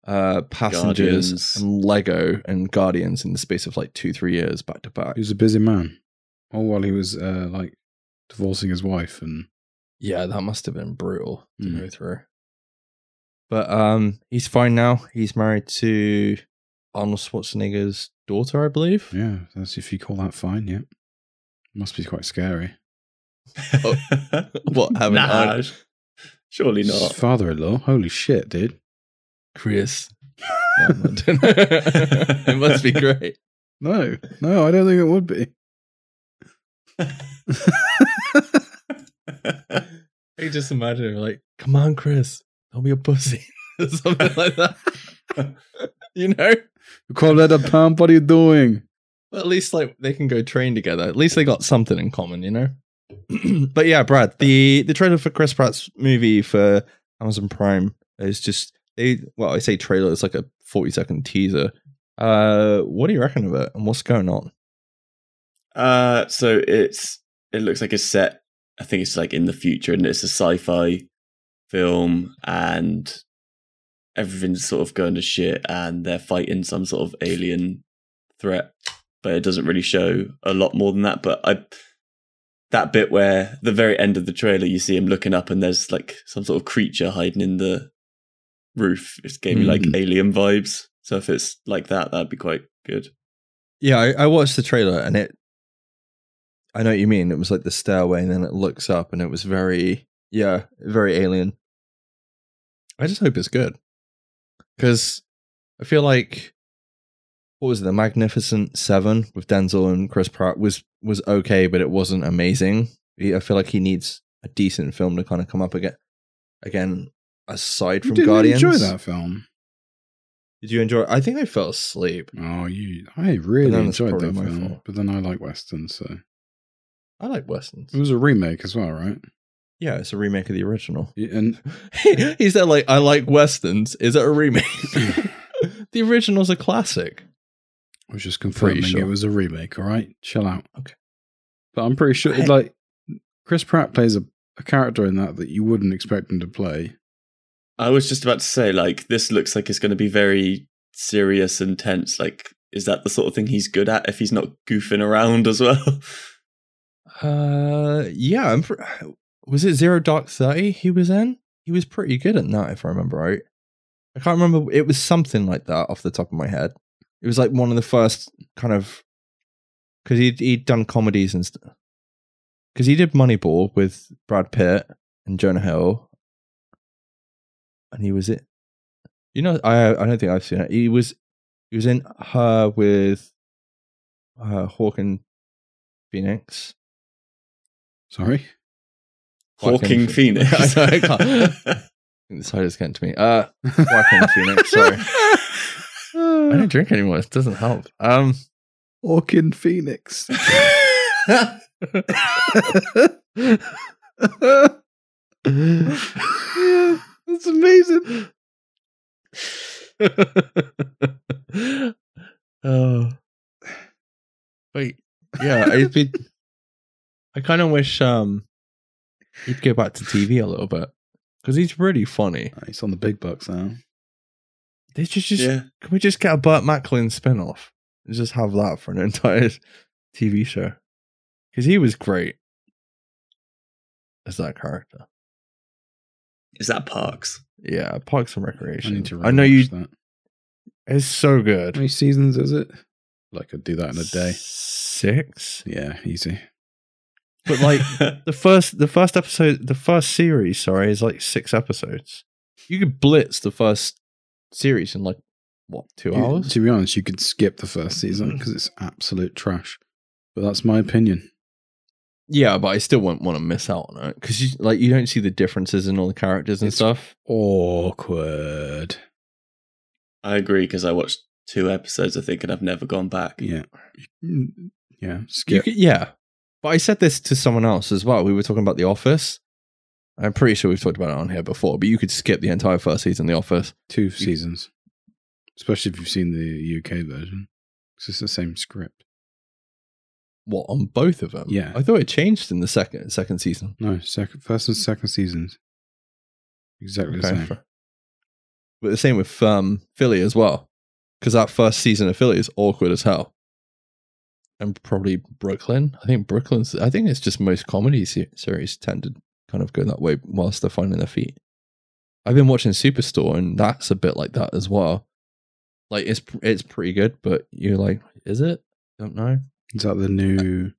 B: uh, Passengers,
D: Guardians.
B: and Lego and Guardians in the space of like two three years back to back.
C: He was a busy man. All while he was uh, like divorcing his wife and
B: Yeah, that must have been brutal to
C: Mm.
B: go through. But um, he's fine now. He's married to Arnold Schwarzenegger's daughter, I believe.
C: yeah, that's if you call that fine, yeah. Must be quite scary.
B: Oh. What, having
D: nah,
B: Ar-
D: surely
C: His
D: not.
C: father-in-law, holy shit, dude!
B: Chris. No, I'm not doing it. it must be great.
C: No, no, I don't think it would be.
B: I just imagine him like, come on, Chris, don't be a pussy. or Something like that. you know?
C: You call that a pump? What are you doing?
B: Well, at least like they can go train together. At least they got something in common, you know. but yeah, Brad, the the trailer for Chris Pratt's movie for Amazon Prime is just they. Well, I say trailer. It's like a forty second teaser. Uh, what do you reckon of it, and what's going on?
D: Uh, so it's it looks like it's set. I think it's like in the future, and it's a sci-fi film, and everything's sort of going to shit, and they're fighting some sort of alien threat, but it doesn't really show a lot more than that. But I that bit where the very end of the trailer, you see him looking up, and there's like some sort of creature hiding in the roof. It's gave me like
C: Mhm.
D: alien vibes. So if it's like that, that'd be quite good.
B: Yeah, I, I watched the trailer and it. I know what you mean. It was like the stairway, and then it looks up, and it was very, yeah, very alien. I just hope it's good, because I feel like what was it, the Magnificent Seven with Denzel and Chris Pratt was was okay, but it wasn't amazing. He- I feel like he needs a decent film to kind of come up again. Again, aside
C: You
B: from
C: didn't
B: Guardians,
C: enjoy that film.
B: Did you enjoy? I think I fell asleep.
C: Oh, you! I really
B: then it's
C: enjoyed
B: probably
C: that
B: my
C: film,
B: fault.
C: but then I like westerns, so
B: I like westerns.
C: it was a remake as well, right?
B: Yeah, it's a remake of the original.
C: Yeah, And
B: He's there like, I like westerns. Is it a remake? the original's a classic.
C: I was just
B: Pretty
C: confirming
B: sure.
C: it was a remake. All right, chill out.
B: Okay.
C: but I'm pretty sure,
B: I-
C: like, Chris Pratt plays a, a character in that that you wouldn't expect him to play.
D: I was just about to say, like, this looks like it's going to be very serious and tense. Like, is that the sort of thing he's good at if he's not goofing around as well?
B: Uh, yeah. I'm pr- was it Zero Dark Thirty he was in? He was pretty good at that, if I remember right. I can't remember. It was something like that off the top of my head. It was like one of the first kind of because he'd he'd done comedies and stuff. Because he did Moneyball with Brad Pitt and Jonah Hill, and he was it. You know, I I don't think I've seen it. He was he was in her with uh, Hawking Phoenix.
C: Sorry,
D: Hawking Phoenix.
B: I can't. The side is getting to me. Uh, Joaquin Phoenix. Sorry, I don't drink anymore. It doesn't help. Um,
C: Orkin Phoenix. yeah, that's amazing.
B: oh, but yeah, I'd be, I kind of wish um he'd go back to TV a little bit because he's really funny.
C: He's on the big bucks now.
B: They should just
D: yeah.
B: Can we just get a Burt Macklin spin off and just have that for an entire TV show? Because he was great as that character.
D: Is that Parks?
B: Yeah, Parks and
C: I
B: Recreation.
C: need to.
B: I know you.
C: rewatch That.
B: It's so good.
C: How many seasons is it? Like I'd do that in a day.
B: Six.
C: Yeah, easy.
B: But like the first, the first episode, the first series. Sorry, is like six episodes. You could blitz the first series in like what two
C: You-
B: hours? Mm.
C: to be honest, you could skip the first season because it's absolute trash. But that's my opinion.
B: Yeah, but I still wouldn't want to miss out on it because you like you don't see the differences in all the characters and
C: It's-
B: stuff.
C: Awkward.
D: I agree because I watched two episodes, I think, and I've never gone back.
C: Yeah. Mm, Yeah.
B: You
C: Skip.
B: could, yeah, but I said this to someone else as well. We were talking about The Office. I'm pretty sure we've talked about it on here before, but you could skip the entire first season of The Office.
C: two seasons, especially if you've seen the UK version, 'cause it's the same script.
B: What on both of them?
C: Yeah.
B: I thought it changed in the second second season.
C: No, second, first and second seasons, exactly the same.
B: fair. But the same with um, Philly as well, because that first season of Philly is awkward as hell, and probably Brooklyn. I think Brooklyn's. I think it's just most comedy se- series tend to kind of go that way whilst they're finding their feet. I've been watching Superstore, and that's a bit like that as well. Like it's pr- it's pretty good, but you're like, is it? Don't know.
C: Is that the new?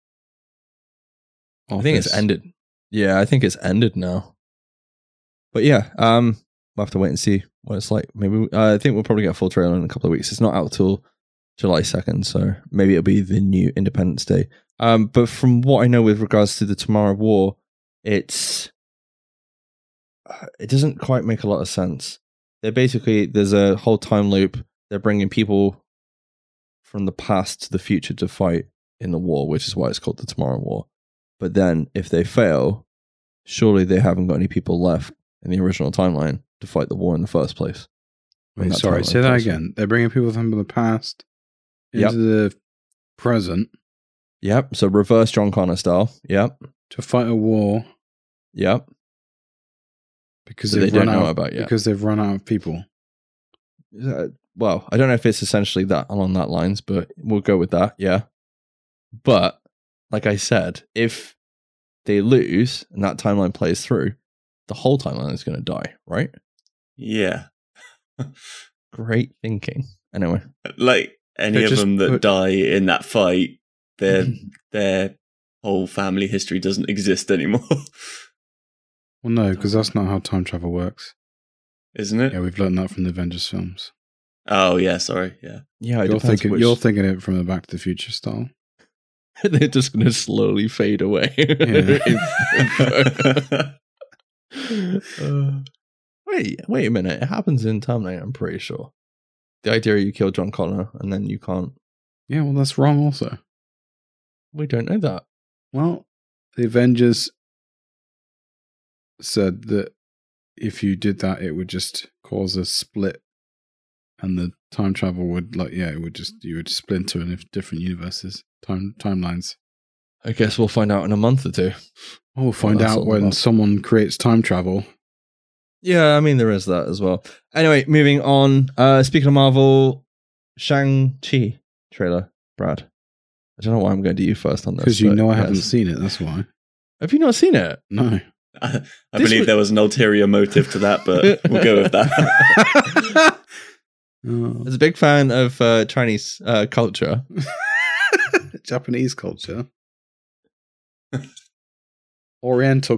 B: I think it's
C: Office?
B: ended. Yeah, I think it's ended now. But yeah, um, we'll have to wait and see what it's like. Maybe uh, I think we'll probably get a full trailer in a couple of weeks. It's not out till July second, so maybe it'll be the new Independence Day. Um, but from what I know with regards to the Tomorrow War, it's uh, it doesn't quite make a lot of sense. They're basically there's a whole time loop. They're bringing people from the past to the future to fight in the war, which is why it's called the Tomorrow War. But then if they fail, surely they haven't got any people left in the original timeline to fight the war in the first place.
C: Wait,
B: That
C: sorry,
B: timeline
C: say that
B: place.
C: again. They're bringing people from the past into
B: Yep.
C: the present
B: Yep. So reverse John Connor style. Yep.
C: to fight a war
B: Yep.
C: because
B: So
C: they've
B: they
C: run
B: don't
C: out
B: know
C: of-
B: about yet.
C: because they've run out of people.
B: uh, well, I don't know if it's essentially that along that lines, but we'll go with that. Yeah. But like I said, if they lose and that timeline plays through, the whole timeline is going to die, right?
D: Yeah.
B: Great thinking. Anyway,
D: Like any
C: But
D: of
C: just
D: them that
C: put-
D: die in that fight, their
B: Mm-hmm.
D: their whole family history doesn't exist anymore,
C: Well, no, because that's not how time travel works.
D: isn't it?
C: Yeah, we've learned that from the Avengers films.
D: Oh yeah, sorry. Yeah.
B: yeah, it
C: You're
B: depends
C: thinking,
B: which-
C: you're thinking it from the Back to the Future style.
B: they're just going to slowly fade away. Uh, wait, wait a minute. It happens in Terminator, I'm pretty sure. The idea you kill John Connor and then you can't.
C: Yeah, well, that's wrong also.
B: We don't know that.
C: Well, the Avengers said that if you did that, it would just cause a split, and the time travel would like yeah, it would just you would splinter in if different universes, time timelines. Oh,
B: I guess we'll find out in a month or two.
C: Well, we'll find
B: that's
C: out
B: all
C: when
B: about-
C: someone creates time travel.
B: Yeah, I mean there is that as well. Anyway, moving on. Uh speaking of Marvel, Shang Chi trailer, Brad. I don't know why I'm going to you first on this
C: Because you
B: but
C: know I
B: yes.
C: haven't seen it. That's why.
B: Have you not seen it?
C: No,
D: I, I
B: This
D: believe
B: was-
D: there was an ulterior motive to that, but we'll go with that.
C: Oh.
B: As a big fan of uh, Chinese uh, culture,
C: Japanese culture, Oriental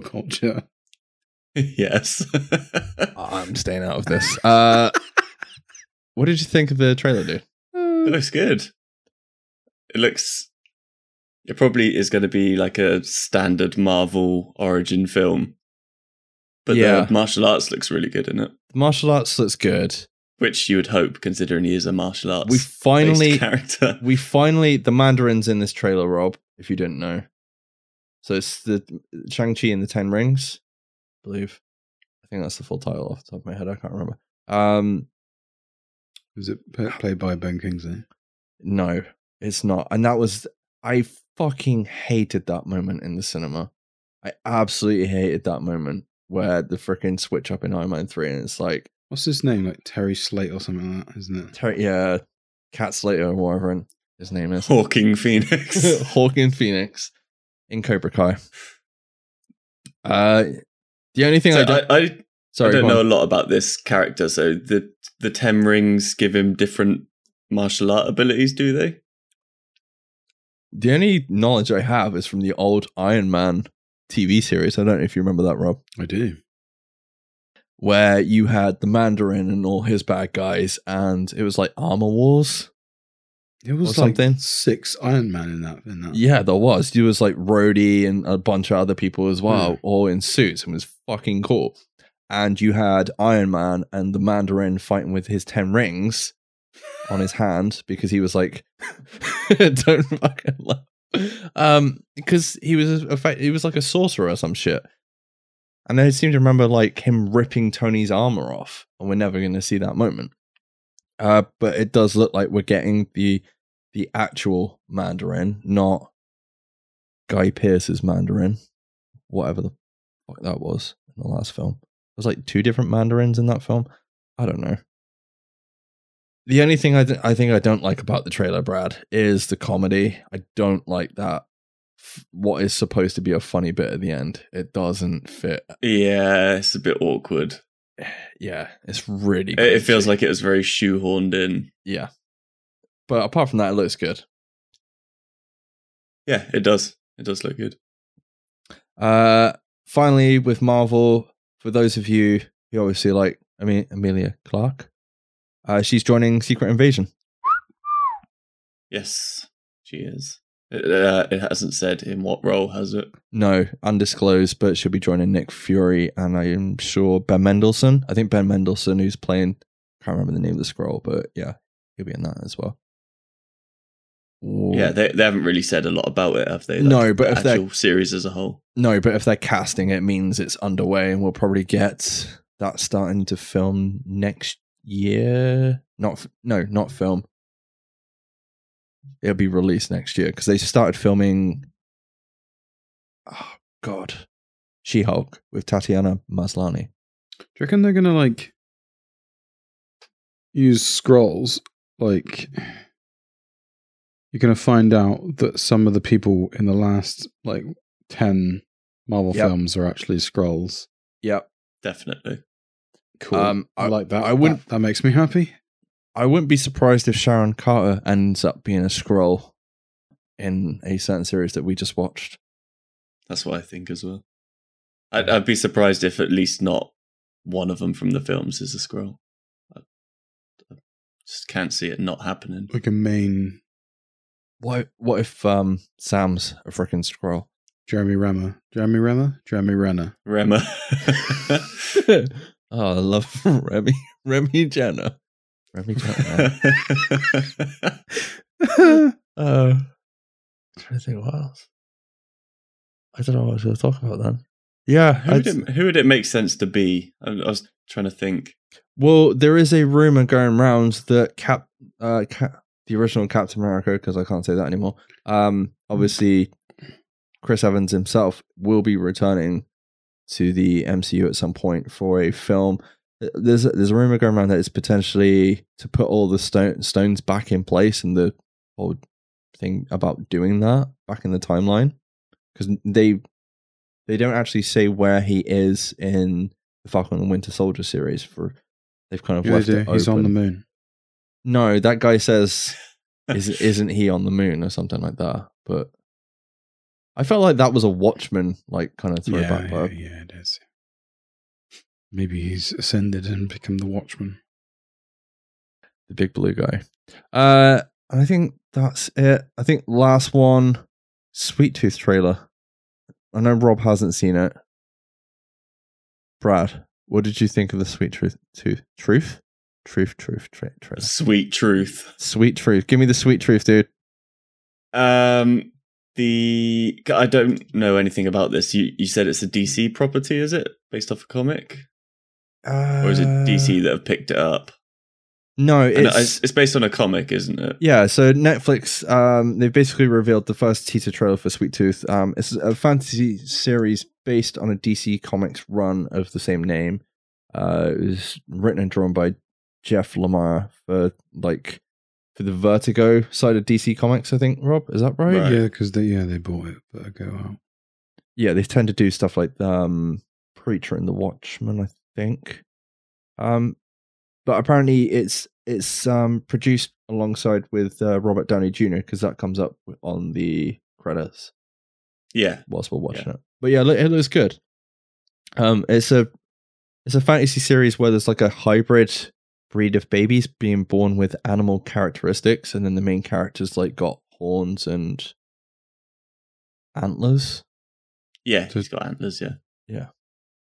C: culture.
D: yes.
B: I'm staying out of this. Uh, what did you think of the trailer, dude?
D: It looks good. It looks. It probably is going to be like a standard Marvel origin film, but
B: Yeah.
D: the martial arts looks really good in it,
B: The martial arts looks good.
D: which you would hope, considering he is a martial arts
B: We
D: based
B: finally,
D: character.
B: we finally, the Mandarin's in this trailer, Rob. If you didn't know, so it's the Shang Chi and the Ten Rings, I believe. I think that's the full title off the top of my head. I can't remember. Um,
C: Is it p- played by Ben Kingsley?
B: no, it's not. And that was I fucking hated that moment in the cinema. I absolutely hated that moment where the freaking switch up in Iron Man three, and it's like.
C: What's his name? Like Terry Slate or something like that, isn't it?
B: Ter- yeah, Cat Slater or whatever his name is.
D: Hawking Phoenix.
B: Hawking Phoenix in Cobra Kai. Uh, the only thing
D: So
B: I, don't,
D: I, I,
B: sorry,
D: I don't
B: go
D: know
B: on.
D: a lot about this character. So the the Ten Rings give him different martial art abilities, do they?
B: The only knowledge I have is from the old Iron Man TV series. I don't know if you remember that, Rob.
C: I do.
B: where you had the Mandarin and all his bad guys, and it was like Armor Wars.
C: There was
B: Or
C: like
B: something.
C: six Iron Man in that. In that.
B: Yeah, there was. There was like Rhodey and a bunch of other people as well,
C: Hmm.
B: all in suits, and it was fucking cool. And you had Iron Man and the Mandarin fighting with his ten rings on his hand because he was like, "Don't fucking laugh," um, because he was a, fa- he was like a sorcerer or some shit. And I seem to remember like him ripping Tony's armor off, and we're never going to see that moment. Uh, but it does look like we're getting the the actual Mandarin, not Guy Pearce's Mandarin, whatever the fuck that was in the last film. There's like two different Mandarins in that film. I don't know. The only thing I, th- I think I don't like about the trailer, Brad, is the comedy. I don't like that. f- What is supposed to be a funny bit at the end, it doesn't fit.
D: Yeah, it's a bit awkward.
B: Yeah, it's really.
D: It, it feels
B: cringy.
D: like it was very shoehorned in.
B: yeah. But apart from that, it looks good.
D: Yeah, it does. It does look good.
B: Uh, finally, with Marvel, for those of you who obviously like, I mean, Amelia Clark, uh, she's joining Secret Invasion.
D: Yes, she is. It, uh, it hasn't said in what role, has it?
B: No, undisclosed, but she'll be joining Nick Fury and I am sure Ben Mendelsohn. I think Ben Mendelsohn, who's playing, can't remember the name of the scroll, but yeah, he'll be in that as well.
D: Yeah, they, they haven't really said a lot about it, have they?
B: No, but
D: the
B: if they're-
D: actual series as a whole.
B: No, but if they're casting, it means it's underway, and we'll probably get that starting to film next year. Not f- no, not film. It'll be released next year because they started filming. Oh God, She Hulk with Tatiana Maslany.
C: Do you reckon they're gonna like use scrolls? Like you're gonna find out that some of the people in the last like ten Marvel
B: Yep.
C: films are actually scrolls.
B: Yep.
D: Definitely.
C: Cool.
B: Um,
C: I,
B: I-
C: like that.
B: I wouldn't-
C: That, that makes me happy.
B: I wouldn't be surprised if Sharon Carter ends up being a scroll in a certain series that we just watched.
D: That's what I think as well. I'd, I'd be surprised if at least not one of them from the films is a scroll. I, I just can't see it not happening.
C: Like a main
B: What what if um, Sam's a freaking scroll?
C: Jeremy Renner. Jeremy Renner. Jeremy Renner.
D: Rema.
B: oh, I love Remy Remy Jenner. Remy Jenner. uh, trying to think what else. I don't know what I was going to talk about then. Yeah,
D: who, would it, who would it make sense to be? I, I was trying to think.
B: well, there is a rumor going round that Cap, uh, Cap, the original Captain America, because I can't say that anymore. Um,
C: Hmm.
B: obviously, Chris Evans himself will be returning to the MCU at some point for a film. There's there's a rumor going around that it's potentially to put all the stone, stones back in place and the whole thing about doing that back in the timeline because they they don't actually say where he is in the Falcon and Winter Soldier series. For they've kind of
C: Yeah,
B: left
C: they
B: it
C: do. He's on the
B: open.
C: moon.
B: No, that guy says is isn't he on the moon or something like that? But I felt like that was a Watchmen like kind of
C: Yeah,
B: throwback.
C: yeah,
B: vibe.
C: yeah, it is. Maybe he's ascended and become the Watchman.
B: the big blue guy. Uh, and I think that's it. I think last one, Sweet Tooth trailer. I know Rob hasn't seen it. Brad, what did you think of the Sweet Truth? Tooth, truth, truth, truth, tra- trailer.
D: Sweet truth.
B: Sweet Truth. Give me the Sweet Truth, dude.
D: Um, the I don't know anything about this. You you said it's a DC property, is it? Based off a comic,
B: Uh,
D: or is it DC that have picked it up?
B: No,
D: And
B: it's,
D: It's, it's based on a comic, isn't it?
B: Yeah, so Netflix, um, they've basically revealed the first teaser trailer for Sweet Tooth. Um, it's a fantasy series based on a DC Comics run of the same name. Uh, it was written and drawn by Jeff Lemire for like for the Vertigo side of DC Comics. I think Rob, is that right?
D: Right.
C: Yeah, because they yeah they bought it, but I go out.
B: yeah, they tend to do stuff like um, Preacher and the Watchman, I think. Um, but apparently, it's it's um, produced alongside with uh, Robert Downey Jr. because that comes up on the credits
D: Yeah.
B: whilst we're watching it. But yeah, look, it looks good. Um, it's a It's a fantasy series where there's like a hybrid breed of babies being born with animal characteristics, and then the main characters like got horns and antlers.
D: Yeah, he's got antlers. Yeah,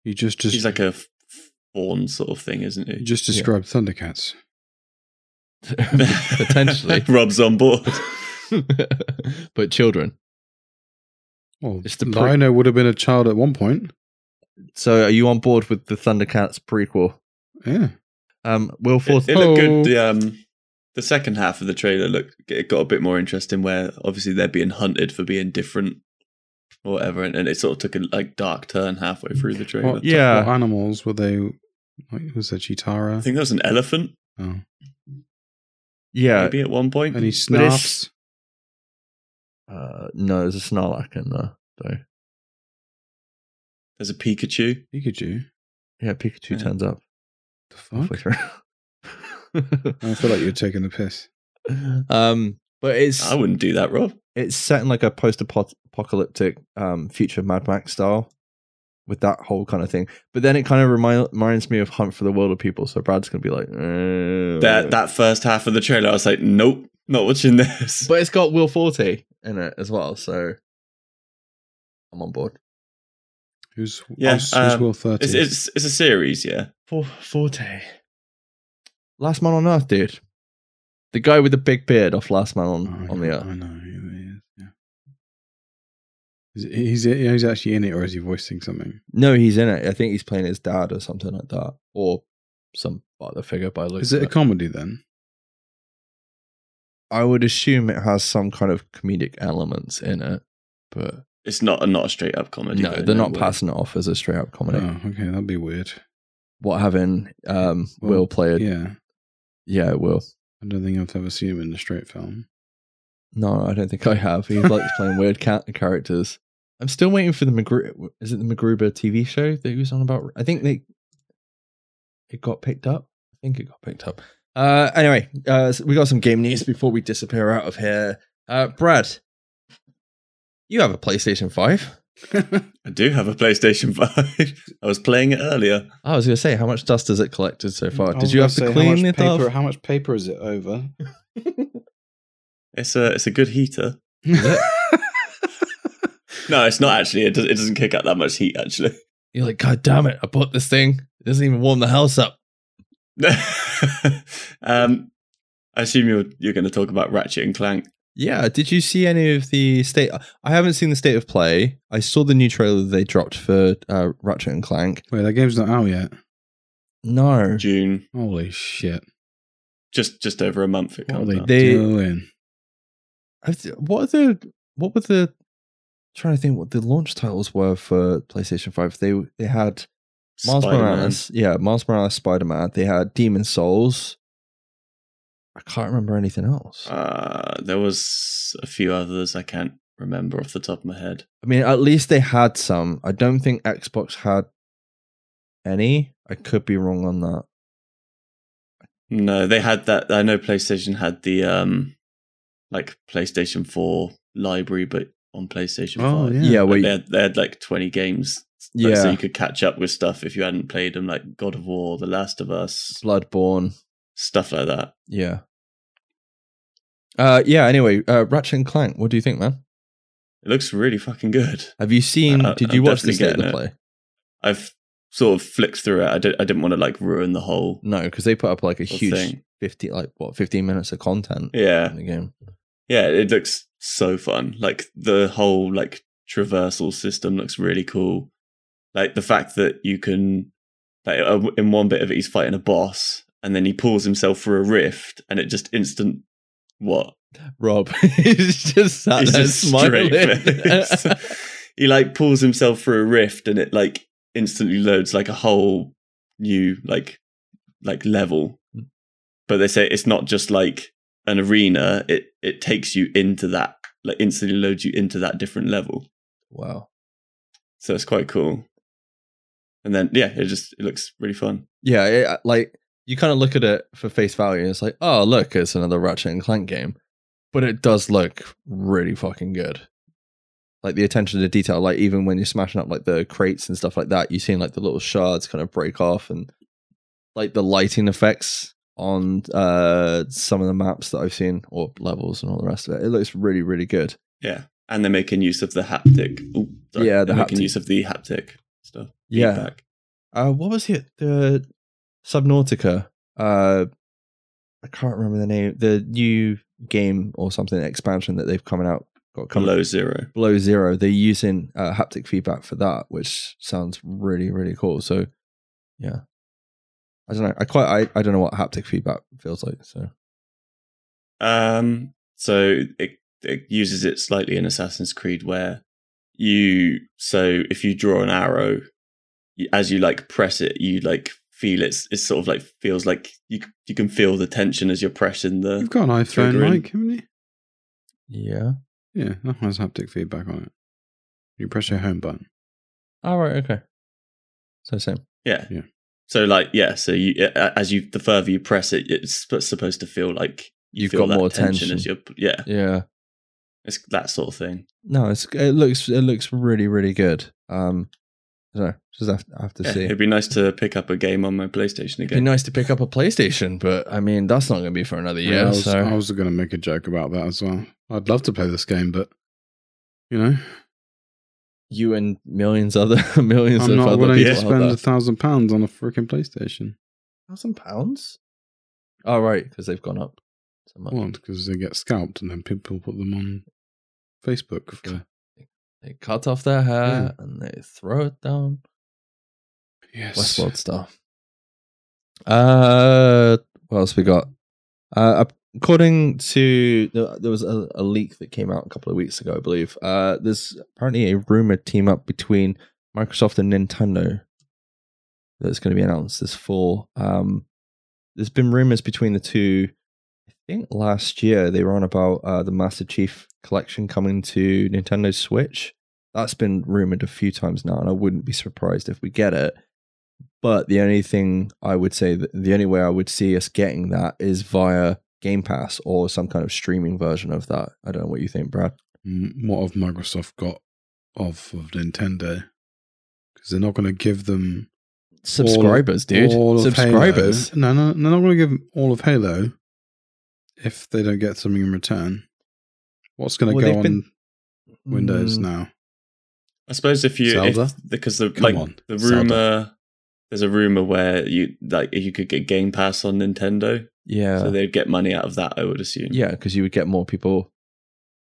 C: You just
D: he's
C: just
D: like a f- fawn sort of thing, isn't
C: you
D: he?
C: just described Thundercats.
B: Potentially.
D: Rob's on board.
B: but children.
C: Well,
B: It's the pre-
C: Lionel would have been a child at one point.
B: So are you on board with the Thundercats prequel?
C: Yeah.
B: Um, Will Forte.
D: It, it looked
C: Oh.
D: good. The, um, the second half of the trailer looked it got a bit more interesting, where obviously they're being hunted for being different or whatever, and, and it sort of took a like dark turn halfway through the trailer.
C: What,
B: Yeah.
C: what animals were they? Like, was there Chitara?
D: I think there was an elephant
C: oh.
B: yeah.
D: maybe at one point.
B: but
C: Any
B: it's-
C: snarfs?
B: Uh, no, there's a Snarlack in there. So
D: There's a Pikachu.
C: Pikachu.
B: yeah, Pikachu
D: Yeah.
B: turns up
C: The
B: halfway
C: fuck?
B: through.
C: I feel like you're taking the piss.
B: um, but it's
D: I wouldn't do that, Rob.
B: it's set in like a post-apocalyptic um, future Mad Max style with that whole kind of thing. But then it kind of remind, reminds me of Hunt for the Wilder People. So Brad's gonna be like eh.
D: That that first half of the trailer, I was like, nope, not watching this.
B: but it's got Will Forte in it as well. So I'm on board.
C: Who's
D: Yeah,
C: who's, who's
D: um,
C: Will Thirty?
D: it's, it's it's a series, yeah.
B: For Forte, Last Man on Earth, dude. The guy with the big beard off Last Man
C: Oh,
B: on,
C: I
B: on
C: know-
B: the Earth.
C: I know who he is. Yeah. Is it- He's he's actually in it, or is he voicing something?
B: No, he's in it. I think he's playing his dad or something like that, or some other figure by looks.
C: Is it
B: of
C: a comedy then?
B: I would assume it has some kind of comedic elements in it, but
D: It's not a not a straight up comedy.
B: no,
D: though,
B: they're not
D: way.
B: passing it off as a straight up comedy.
C: Oh, okay, that'd be weird.
B: What having um,
C: Well,
B: Will play it? Yeah.
C: Yeah,
B: it Will.
C: I don't think I've ever seen him in a straight film.
B: No, I don't think I have. He likes playing weird cat characters. I'm still waiting for the McGru- is it the MacGruber TV show that he was on about? I think they it got picked up. I think it got picked up. Uh, anyway, uh, so we got some game news before we disappear out of here. Uh, Brad, you have a PlayStation Five.
D: I do have a PlayStation Five. I was playing it earlier.
B: I was going to say, how much dust has it collected so far?
C: I
B: Did
C: was
B: you
C: gonna
B: have to
C: say,
B: clean it
C: how much, paper,
B: up?
C: how much paper is it over?
D: It's a it's a good heater. No, it's not actually. It, does, it doesn't kick out that much heat actually.
B: You're like, God damn it! I bought this thing. It doesn't even warm the house up.
D: um, I assume you're you're going to talk about Ratchet and Clank.
B: Yeah, did you see any of the state? I haven't seen the state of play. I saw the new trailer they dropped for uh, Ratchet and Clank.
C: Wait, that game's not out yet.
B: No,
D: June,
C: Holy shit!
D: just just over a month. It
C: What are
D: comes
C: they
D: out.
B: They-
C: doing?
B: I th- what are the what were the trying to think what the launch titles were for PlayStation Five? They they had Miles
D: Spider-Man.
B: Morales, yeah, Miles Morales Spider Man. They had Demon Souls. I can't remember anything else.
D: Uh, there was a few others I can't remember off the top of my head.
B: I mean, at least they had some. I don't think Xbox had any. I could be wrong on that.
D: No, they had that. I know PlayStation had the um, like PlayStation Four library, but on PlayStation Five,
C: Oh yeah,
B: Yeah, wait.
D: they, had, they had like twenty games, like, so
B: yeah,
D: you could catch up with stuff if you hadn't played them, like God of War, The Last of Us,
B: Bloodborne.
D: stuff like that.
B: Yeah. Uh, yeah. Anyway, uh, Ratchet and Clank. What do you think, man?
D: It looks really fucking good.
B: Have you seen?
D: Uh,
B: did
D: I'm
B: you watch the
D: definitely
B: state of the
D: getting
B: play?
D: I've sort of flicked through it. I, did, I didn't want to like ruin the whole,
B: No, because they put up like a
D: whole
B: Mm, huge Mm.
D: thing.
B: fifty, like what, fifteen minutes of content
D: Yeah,
B: in the game.
D: yeah. It looks so fun. Like the whole like traversal system looks really cool. Like the fact that you can, like uh, in one bit of it, he's fighting a boss, and then he pulls himself through a rift, and it just instant what
B: Rob is just sat
D: He's
B: there
D: just
B: smiling.
D: straight-faced. he like pulls himself through a rift and it like instantly loads like a whole new like like level
B: Hmm.
D: but they say it's not just like an arena it it takes you into that like instantly loads you into that different level
B: wow.
D: so it's quite cool and then yeah it just it looks really fun
B: Yeah, it, uh, like you kind of look at it for face value, and it's like, oh, look, it's another Ratchet and Clank game, but it does look really fucking good. like the attention to detail like even when you're smashing up like the crates and stuff like that you've seen like the little shards kind of break off and like the lighting effects on uh some of the maps that i've seen or levels and all the rest of it it looks really really good
D: Yeah. And they're making use of the haptic. Ooh, sorry.
B: Yeah, the
D: they're making
B: haptic.
D: use of the haptic stuff.
B: Yeah.
D: Feedback.
B: uh what was it the subnautica uh i can't remember the name the new game or something expansion that they've coming out got coming
D: Below zero.
B: below zero they're using uh, haptic feedback for that which sounds really really cool so yeah i don't know i quite i, I don't know what haptic feedback feels like so
D: Um, so it, it uses it slightly in Assassin's Creed, where you so if you draw an arrow, you, as you like press it, you like feel it's it's sort of like feels like you c- you can feel the tension as you're pressing the.
C: You've got an iPhone,
D: Triggering.
C: Mike, haven't you?
B: yeah
C: Yeah, that has haptic feedback on it. You press your home button.
B: all Oh, right okay so same
D: Yeah.
C: Yeah.
D: So like yeah, so you a- a- as you the further you press it, it's sp- supposed to feel like you
B: You've
D: feel
B: got
D: that
B: more
D: tension,
B: tension.
D: as you're yeah,
B: yeah
D: it's that sort of thing.
B: no it's it looks it looks really really good um i don't know just have, have to
D: Yeah,
B: see
D: it'd be nice to pick up a game on my PlayStation
B: It'd be
D: again.
B: nice to pick up a playstation but i mean that's not gonna be for another year
C: I was,
B: so
C: I was going to make a joke about that as well. I'd love to play this game, but you know,
B: you and millions other millions
C: I'm
B: of
C: not
B: other
C: willing
B: people
C: to
B: out
C: spend
B: there.
C: a thousand pounds on a freaking PlayStation.
B: thousand pounds. Oh right, because they've gone up so much.
C: What? Because they get scalped and then people put them on Facebook. For,
B: They cut off their hair and they throw it down.
C: yes.
B: Westworld style. Uh, what else we got? Uh, according to there there was a, a leak that came out a couple of weeks ago, I believe. Uh, there's apparently a rumored team up between Microsoft and Nintendo that's going to be announced this fall. Um, there's been rumors between the two. I think last year they were on about uh, the Master Chief Collection coming to Nintendo Switch. That's been rumored a few times now, and I wouldn't be surprised if we get it. But the only thing I would say, that the only way I would see us getting that is via Game Pass or some kind of streaming version of that. I don't know what you think, Brad.
C: Mm, What have Microsoft got off of Nintendo? Because they're not going to give them
B: Subscribers, dude.
C: all of
B: Subscribers.
C: Halo. No, no, they're not going to give them all of Halo if they don't get something in return. What's going to
B: Well,
C: go
B: they've
C: on
B: been-
C: Windows
B: Mm,
C: now?
D: I suppose if you if-
C: Zelda?
D: because the
C: Come
D: like
C: on,
D: the
C: Zelda.
D: rumor there's a rumor where you like you could get Game Pass on Nintendo,
B: Yeah.
D: so they'd get money out of that. I would assume.
B: Yeah, because you would get more people.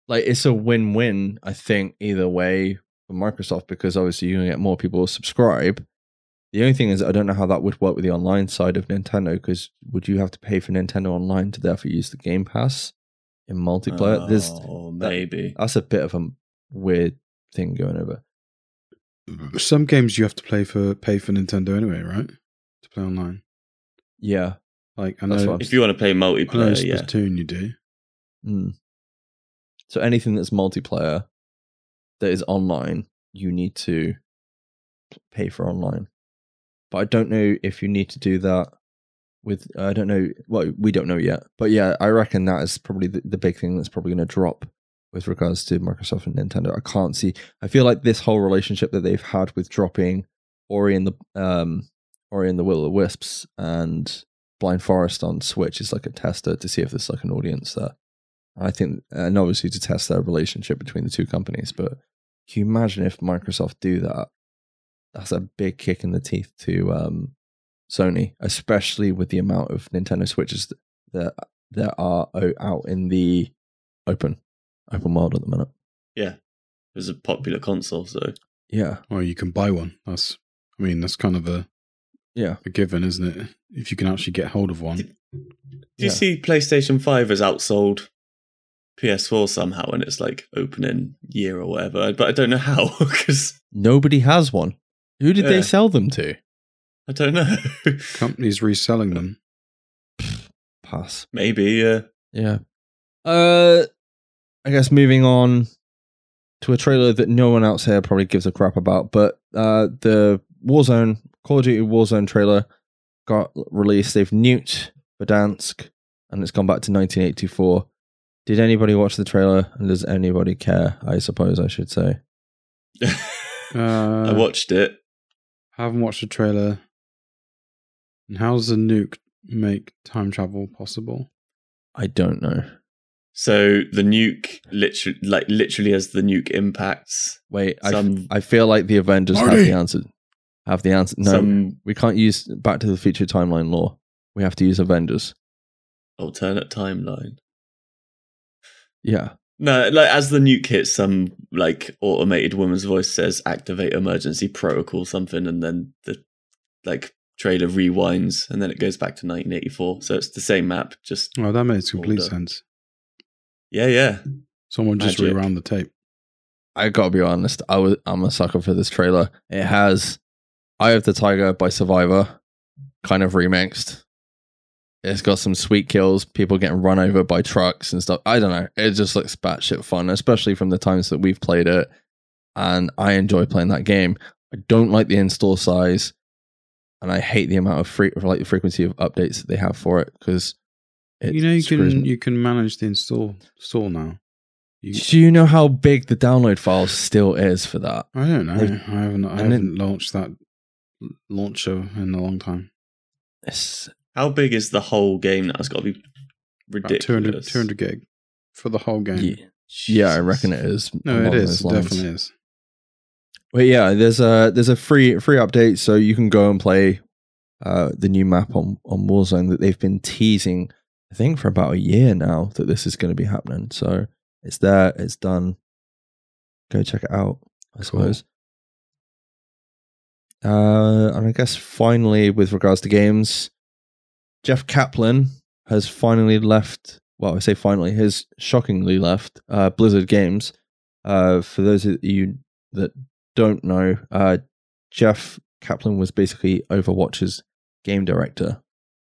B: Like it's a win-win, I think, either way for Microsoft because obviously you're gonna get more people subscribe. The only thing is, I don't know how that would work with the online side of Nintendo because would you have to pay for Nintendo Online to therefore use the Game Pass in multiplayer? There's
D: Oh, maybe.
B: that's a bit of a weird thing going over.
C: Some games you have to play for pay for Nintendo anyway, right? To play online.
B: Yeah,
C: Like I
B: That's
C: know,
B: what Uh,
D: if you want to play
C: I know
D: multiplayer, yeah,
C: Splatoon you do.
B: Mm. So anything that's multiplayer that is online, you need to pay for online. But I don't know if you need to do that with I don't know well we don't know yet. But yeah, I reckon that is probably the, the big thing that's probably going to drop with regards to Microsoft and Nintendo. I can't see I feel like this whole relationship that they've had with dropping Ori and the um Ori and the Will of the Wisps and Blind Forest on Switch is like a tester to see if there's like an audience there. I think, and obviously to test their relationship between the two companies. But can you imagine if Microsoft do that? That's a big kick in the teeth to um, Sony, especially with the amount of Nintendo Switches that that are o- out in the open open world at the minute.
D: it was a popular console, so
B: Yeah,
C: Or you can buy one. That's I mean, that's kind of a,
B: yeah.
C: a given, isn't it? If you can actually get hold of one.
D: do
B: Yeah.
D: you see PlayStation Five as outsold PS4 somehow, and it's like opening year or whatever, but I don't know how because
B: Nobody has one. Who did
D: Yeah.
B: they sell them to?
D: I don't know.
C: Companies reselling them.
B: Pass.
D: maybe uh,
B: Yeah. Uh, I guess moving on to a trailer that no one else here probably gives a crap about, but uh, the Warzone Call of Duty Warzone trailer got released. They've nuked Verdansk, and it's gone back to 1984. Did anybody watch the trailer? And does anybody care? I suppose I should say.
D: I
C: Uh,
D: watched it.
C: haven't watched the trailer. And how does the nuke make time travel possible?
B: I don't know.
D: So the nuke, literally, like literally, as the nuke impacts
B: Wait, I, f-
D: some
B: I feel like the Avengers have
A: Marty!
B: the answer. Have the answer. No,
D: some
B: we can't use Back to the Future timeline law. We have to use Avengers.
D: alternate timeline.
B: Yeah.
D: No, like as the nuke hits, some like automated woman's voice says "activate emergency protocol" something, and then the like trailer rewinds, and then it goes back to 1984. So it's the same map,
B: Hmm.
D: just
C: Oh, that makes complete
D: Older.
C: sense.
D: yeah, yeah.
C: Someone just
D: Magic.
C: rewound the tape.
B: I gotta be honest. I was I'm a sucker for this trailer. It has Eye of the Tiger by Survivor, kind of remixed. It's got some sweet kills, people getting run over by trucks and stuff. I don't know. It just looks batshit fun, especially from the times that we've played it. And I enjoy playing that game. I don't like the install size, and I hate the amount of free, like the frequency of updates that they have for it because it
C: you know, you
B: screws
C: can
B: me.
C: you can manage the install install now. You,
B: Do you know how big the download file still is for that?
C: I don't know. I
B: They've-
C: haven't I
B: and then-
C: haven't launched that l- launcher in a long time.
B: It's
D: How big is the whole game now? It's got to be
C: About 200,
D: ridiculous.
C: 200 gig for the whole game.
B: Yeah, yeah, I reckon it is.
C: No,
B: along
C: it is
B: those lines.
C: definitely is.
B: But yeah, there's a there's a free free update, so you can go and play uh, the new map on on Warzone that they've been teasing. I think for about a year now that this is going to be happening. So it's there, it's done. Go check it out, I suppose. Uh, and I guess finally, with regards to games, Jeff Kaplan has finally left. Well, I say finally, has shockingly left uh, Blizzard Games. Uh, for those of you that don't know, uh, Jeff Kaplan was basically Overwatch's game director.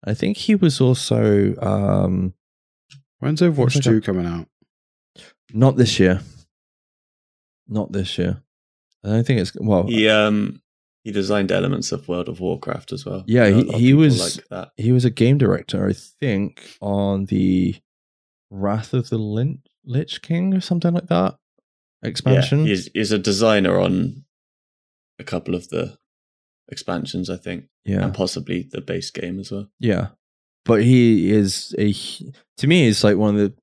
B: I think he was also um,
C: When's
B: Looks
C: Overwatch
B: like
C: two coming out?
B: not this year. Not this year. I don't think it's well.
D: He um he designed elements of World of Warcraft as well.
B: Yeah,
D: A
B: he-
D: lot of
B: he
D: people
B: was-
D: like that.
B: He was a game director, I think, on the Wrath of the Lin- Lich King or something like that expansion.
D: Yeah, he's, he's a designer on a couple of the expansions, I think,
B: yeah.
D: and possibly the base game as well.
B: Yeah, but he is a hu- to me he's like one of the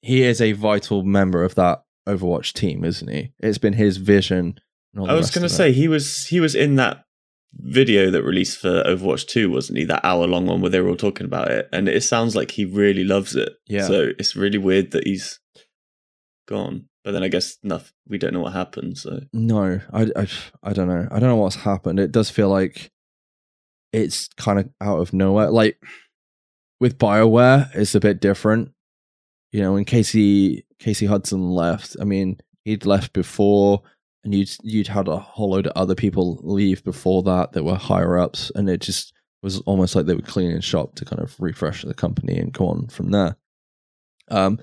B: he is a vital member of that Overwatch team, isn't he? It's been his vision. and all the
D: I was
B: rest
D: going to
B: of it.
D: say he was he was in that video that released for Overwatch 2, wasn't he? That hour long one where they were all talking about it, and it sounds like he really loves it.
B: Yeah.
D: So it's really weird that he's gone. But then I guess enough. We don't know what happened. So
B: no, I, I I don't know. I don't know what's happened. It does feel like it's kind of out of nowhere. Like with Bioware, it's a bit different. You know, when Casey Casey Hudson left, I mean, he'd left before, and you'd you'd had a whole load of other people leave before that that were higher ups, and it just was almost like they were cleaning shop to kind of refresh the company and go on from there. Um,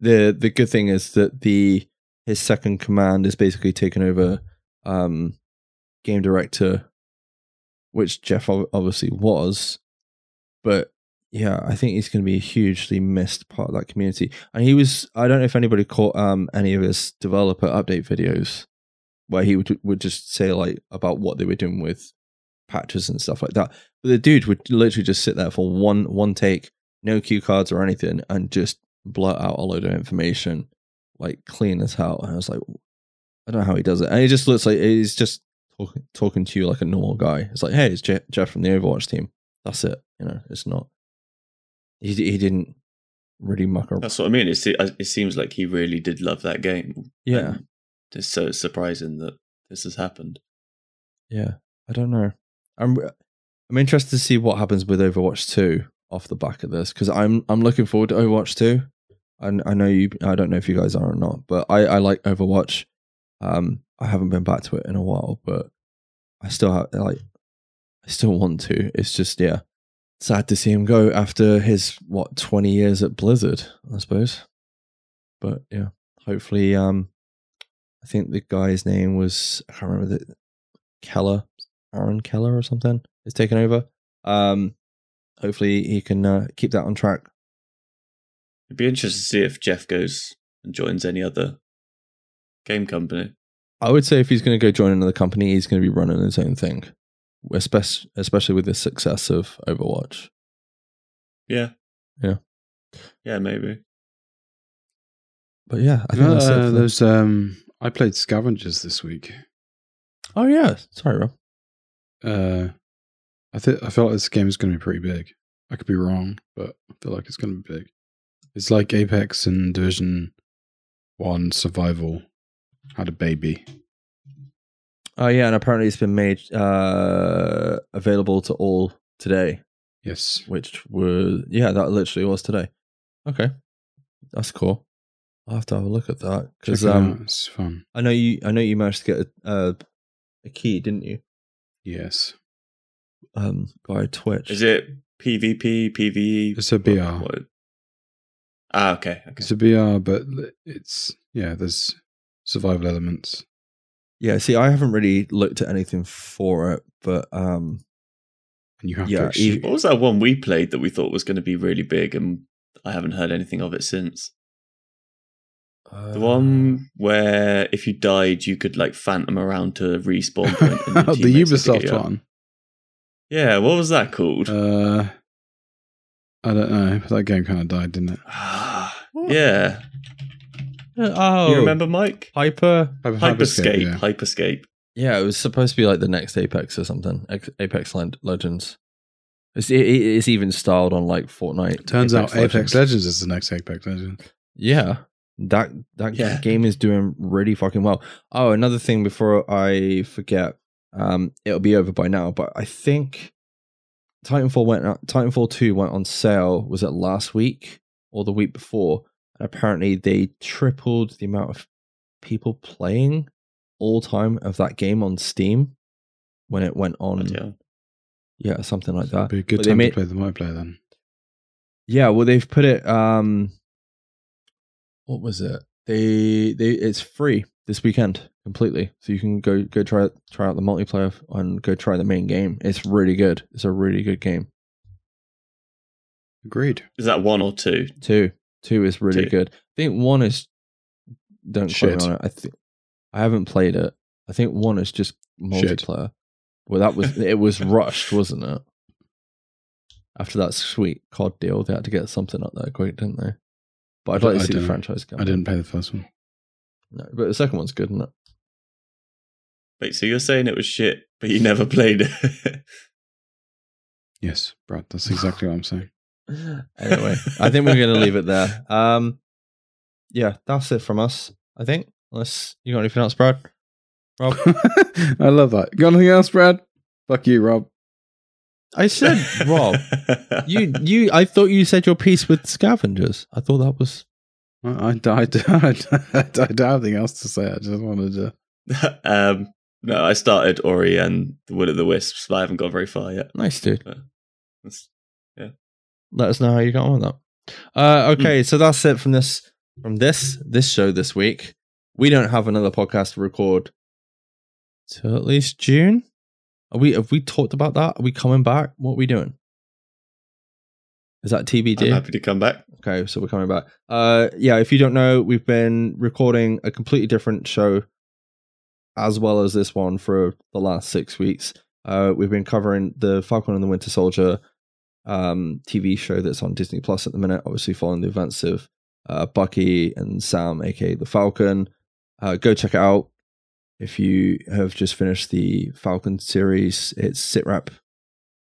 B: the the good thing is that the his second command is basically taken over um, game director, which Jeff ob- obviously was. But yeah, I think he's going to be a hugely missed part of that community. And he was, I don't know if anybody caught um, any of his developer update videos where he would, would just say like about what they were doing with patches and stuff like that. But the dude would literally just sit there for one one take, no cue cards or anything, and just blurt out a load of information like clean as hell. And I was like, I don't know how he does it. And he just looks like he's just talking talking to you like a normal guy. It's like, hey, it's Jeff, Jeff from the Overwatch team. That's it. You know, it's not. He he didn't really muck around.
D: that's what I mean. It, se- uh, it seems like he really did love that game.
B: Yeah.
D: And It's so surprising that this has happened.
B: Yeah, I don't know. I'm I'm interested to see what happens with Overwatch 2 off the back of this because I'm I'm looking forward to Overwatch 2. And I know you. I don't know if you guys are or not, but I I like Overwatch. Um, I haven't been back to it in a while, but I still have like I still want to. It's just yeah, sad to see him go after his what twenty years at Blizzard, I suppose. But yeah, hopefully. Um, I think the guy's name was I can't remember the Keller, Aaron Keller or something is taking over. Um, hopefully he can uh, keep that on track.
D: It'd be interesting to see if Jeff goes and joins any other game company.
B: I would say if he's going to go join another company, he's going to be running his own thing, especially especially with the success of Overwatch.
D: Yeah.
B: Yeah.
D: Yeah, maybe.
B: But yeah, I
C: You
B: think
C: know,
B: that's it.
C: uh,
B: for the-
C: there's um, I played scavengers this week.
B: oh yeah, sorry, Rob.
C: Uh, I think I feel like this game is going to be pretty big. I could be wrong, but I feel like it's going to be big. It's like Apex and Division One Survival had a baby.
B: Oh yeah, and apparently it's been made uh, available to all today,
C: Yes,
B: which was yeah, that literally was today. Okay, that's cool. I'll have to have a look at that
C: check
B: because
C: it
B: um,
C: out. It's fun.
B: I know you. I know you managed to get a, a, a key, didn't you?
C: Yes,
B: Um, via Twitch.
D: Is it PvP, PvE?
C: it's a BR.
D: E? What- Ah, okay. okay.
C: It's a BR, but it's yeah. There's survival elements.
B: Yeah. See, I haven't really looked at anything for it, but um,
C: And you have
B: Yeah,
C: to execute.
D: What was that one we played that we thought was going to be really big and I haven't heard anything of it since?
C: Uh,
D: The one where if you died, you could like phantom around to respawn point. and your
C: the
D: teammates had to get
C: Ubisoft
D: you up.
C: one.
D: Yeah, what was that called?
C: Uh, I don't know. That game kind of died, didn't it? Uh,
D: yeah.
B: Oh,
D: You remember, Mike?
B: Hyper?
C: Hyper-
D: Hyperscape.
C: yeah.
D: Hyperscape.
B: Yeah, it was supposed to be like the next Apex or something. Ex- Apex Leg- Legends. It's it, it's even styled on like Fortnite.
C: Turns out Apex Legends.
B: Legends.
C: is the next Apex Legends.
B: Yeah. That that
D: Yeah.
B: game is doing really fucking well. Oh, another thing before I forget, um, it'll be over by now, but I think Titanfall went out, Titanfall two went on sale. Was it last week or the week before? And apparently they tripled the amount of people playing all time of that game on Steam when it went on.
D: Yeah.
B: Yeah, something like
C: That'd
B: that.
C: be a good
B: But they
C: time
B: made-
C: to play the multiplayer then.
B: Yeah, well, they've put it. Um, what was it? They they it's free this weekend completely, so you can go go try try out the multiplayer and go try the main game. It's really good. It's a really good game.
C: Agreed.
D: Is that one or two?
B: Two two is really
D: Two.
B: good. I think one is don't quote
C: Shit.
B: me on it. I think I haven't played it. I think one is just multiplayer. Well, that was it was rushed, wasn't it? After that sweet COD deal, they had to get something up there quick, didn't they? But I'd
C: I
B: like to
C: don't-
B: see
C: I
B: the
C: don't-
B: franchise come.
C: I didn't play the first one.
B: No, but the second one's good, isn't it?
D: Wait, so you're saying it was shit, but you never played it?
C: Yes, Brad. That's exactly what I'm saying.
B: anyway, I think we're going to leave it there. Um, yeah, that's it from us. I think. Unless you got anything else, Brad? Rob,
C: I love that. Got anything else, Brad? Fuck you, Rob.
B: I said Rob. You, you. I thought you said your piece with scavengers. I thought that was.
C: I, I, died. I, died. I don't have anything else to say. I just wanted to.
D: um, no, I started Ori and the Will of the Wisps, but I haven't got very far yet.
B: Nice, dude.
D: That's-
B: Let us know how you got on with that. Uh, okay, so that's it from this from this this show this week. We don't have another podcast to record till at least June. Are we? Have we talked about that? Are we coming back? What are we doing? Is that
D: I'm
B: TBD?
D: happy to come back.
B: Okay, so we're coming back. Uh, yeah, if you don't know, we've been recording a completely different show as well as this one for the last six weeks. Uh, we've been covering the Falcon and the Winter Soldier um, TV show that's on Disney Plus at the minute, obviously following the events of uh, Bucky and Sam, aka the Falcon. Uh, go check it out. If you have just finished the Falcon series, it's Sitrep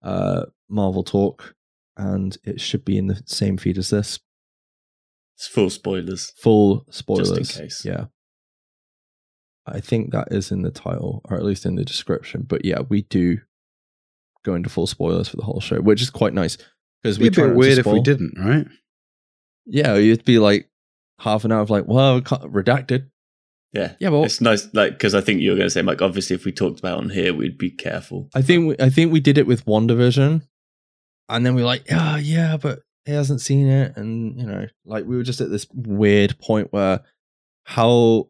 B: uh, Marvel Talk, and it should be in the same feed as this.
D: It's full spoilers.
B: Full spoilers.
D: case.
B: Yeah. I think that is in the title, or at least in the description. But yeah, we do go into full spoilers for the whole show, which is quite nice because
C: It'd
B: we
C: be
B: try
C: a
B: not
C: bit
B: to
C: weird if we
B: spoil.
C: didn't, right?
B: Yeah, you'd be like half an hour of like, well, we can't- redacted.
D: Yeah.
B: Yeah, well,
D: It's nice, like, because I think you were going to say, Mike, obviously, if we talked about it on here, we'd be careful.
B: I think we, I think we did it with WandaVision, and then we were like, ah, yeah, but he hasn't seen it, and you know, like we were just at this weird point where how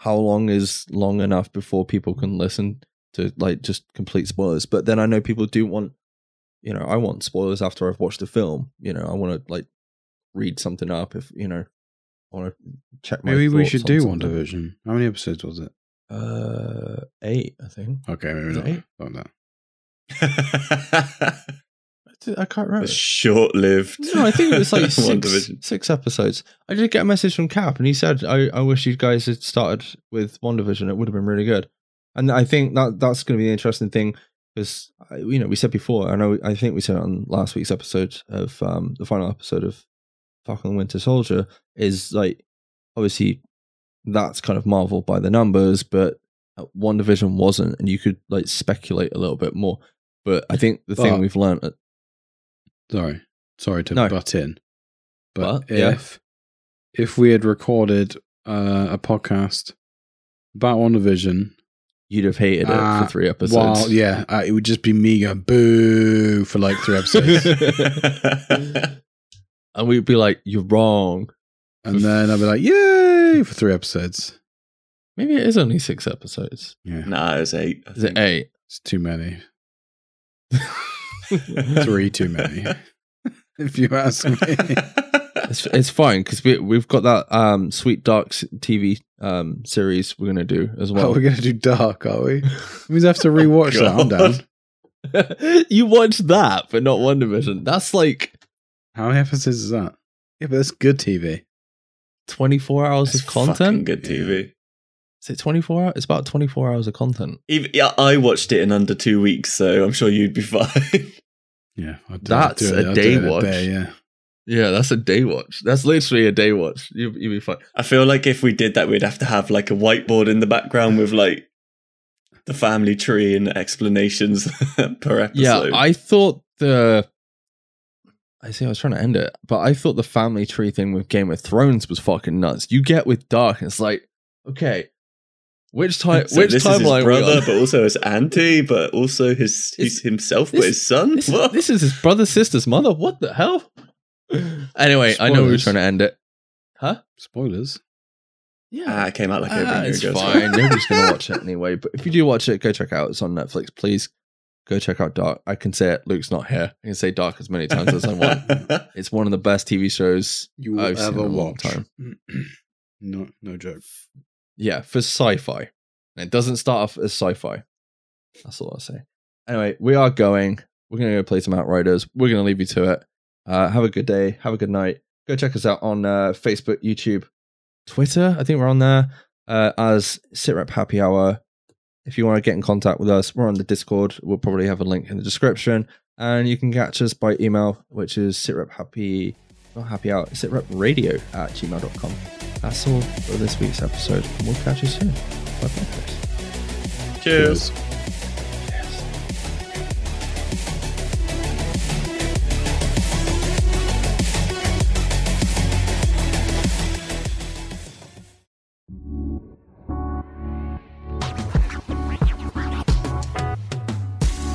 B: how long is long enough before people can listen to like just complete spoilers? But then I know people do want, you know, I want spoilers after I've watched the film. You know, I want to like read something up if you know, I want to check. My
C: Maybe we
B: thoughts
C: should
B: on
C: do one
B: something.
C: division. How many episodes was it?
B: Uh, eight, I think.
C: Okay, maybe
B: Is it
C: not.
B: eight?
C: Not that.
B: I did- I can't remember.
D: Short lived.
B: No, I think it was like six, six episodes. I did get a message from Cap, and he said, "I, I wish you guys had started with One Division. It would have been really good." And I think that that's going to be the interesting thing because you know we said before, and I, I think we said it on last week's episode of um, the final episode of Falcon and Winter Soldier is like obviously that's kind of Marvel by the numbers, but uh, One Division wasn't, and you could like speculate a little bit more. But I think the
C: But-
B: thing we've learned uh, at
C: Sorry, sorry to
B: No.
C: butt in, but
B: But, yeah.
C: if if we had recorded uh, a podcast about One Division,
B: you'd have hated it
C: Uh,
B: for three episodes.
C: while yeah, uh, it would just be me going boo for like three episodes,
B: and we'd be like, "You're wrong."
C: and then I'd be like yay for three episodes.
B: Maybe it is only six episodes.
C: Yeah,
D: nah, it was eight. I
B: Is it
D: think.
B: eight?
C: it's too many, three too many. if you ask me,
B: It's it's fine because we we've got that um sweet dark s- TV um series Oh, we're gonna do as
C: well,
B: well. Oh,
C: we're gonna do dark, are we? We have to rewatch that. I'm
D: God.
C: down.
B: you watched that, but not One Division. That's like
C: How many episodes is that? Yeah, but that's good TV.
B: twenty four hours
D: It's
B: of
D: fucking
B: content.
D: good TV.
B: Is it twenty four? It's about twenty four hours of content.
D: Even, yeah, I watched it in under two weeks, so I'm sure you'd be fine.
C: Yeah, I'd do-
B: That's
C: I'd do it-
B: a
C: I'd do
B: day
C: it in
B: watch.
C: day, yeah.
B: Yeah, that's a day watch. That's literally a day watch. You you'd be fine.
D: I feel like if we did that, we'd have to have like a whiteboard in the background with like the family tree and explanations per episode.
B: Yeah, I thought the. I see. I was trying to end it, but I thought the family tree thing with Game of Thrones was fucking nuts. You get with Dark, and it's like, okay, which time?
D: So
B: which
D: this is
B: timeline? we
D: his brother,
B: on?
D: but also his auntie, but also his,
B: It's-
D: his himself,
B: this-
D: but his son.
B: this,
D: What?
B: is, this is his brother, sister's mother. What the hell? Anyway, I know we were
C: Spoilers.
B: trying to end it.
C: Spoilers.
D: ah, it came out like over
B: Ah,
D: a year
B: it's
D: ago. so-
B: fine. Nobody's gonna watch it anyway. But if you do watch it, go check it out. It's on Netflix. Please go check out Dark. I can say it. Luke's not here. I can say Dark as many times as I want. It's one of the best TV shows
C: You will
B: I've seen
C: ever
B: in a long
C: watch.
B: time.
C: no, no joke.
B: yeah, for sci-fi. And it doesn't start off as sci-fi. That's all I'll say. Anyway, we are going. We're gonna go play some Outriders. We're gonna leave you to it. Uh, have a good day. Have a good night. Go check us out on uh, Facebook, YouTube, Twitter. I think we're on there uh, as Sitrep Happy Hour. If you want to get in contact with us, we're on the Discord. We'll probably have a link in the description, and you can catch us by email, which is sitrephappy, not happy hour, sitrepradio at gmail.com. That's all for this week's episode. and We'll catch you soon. Bye bye, guys.
D: Cheers.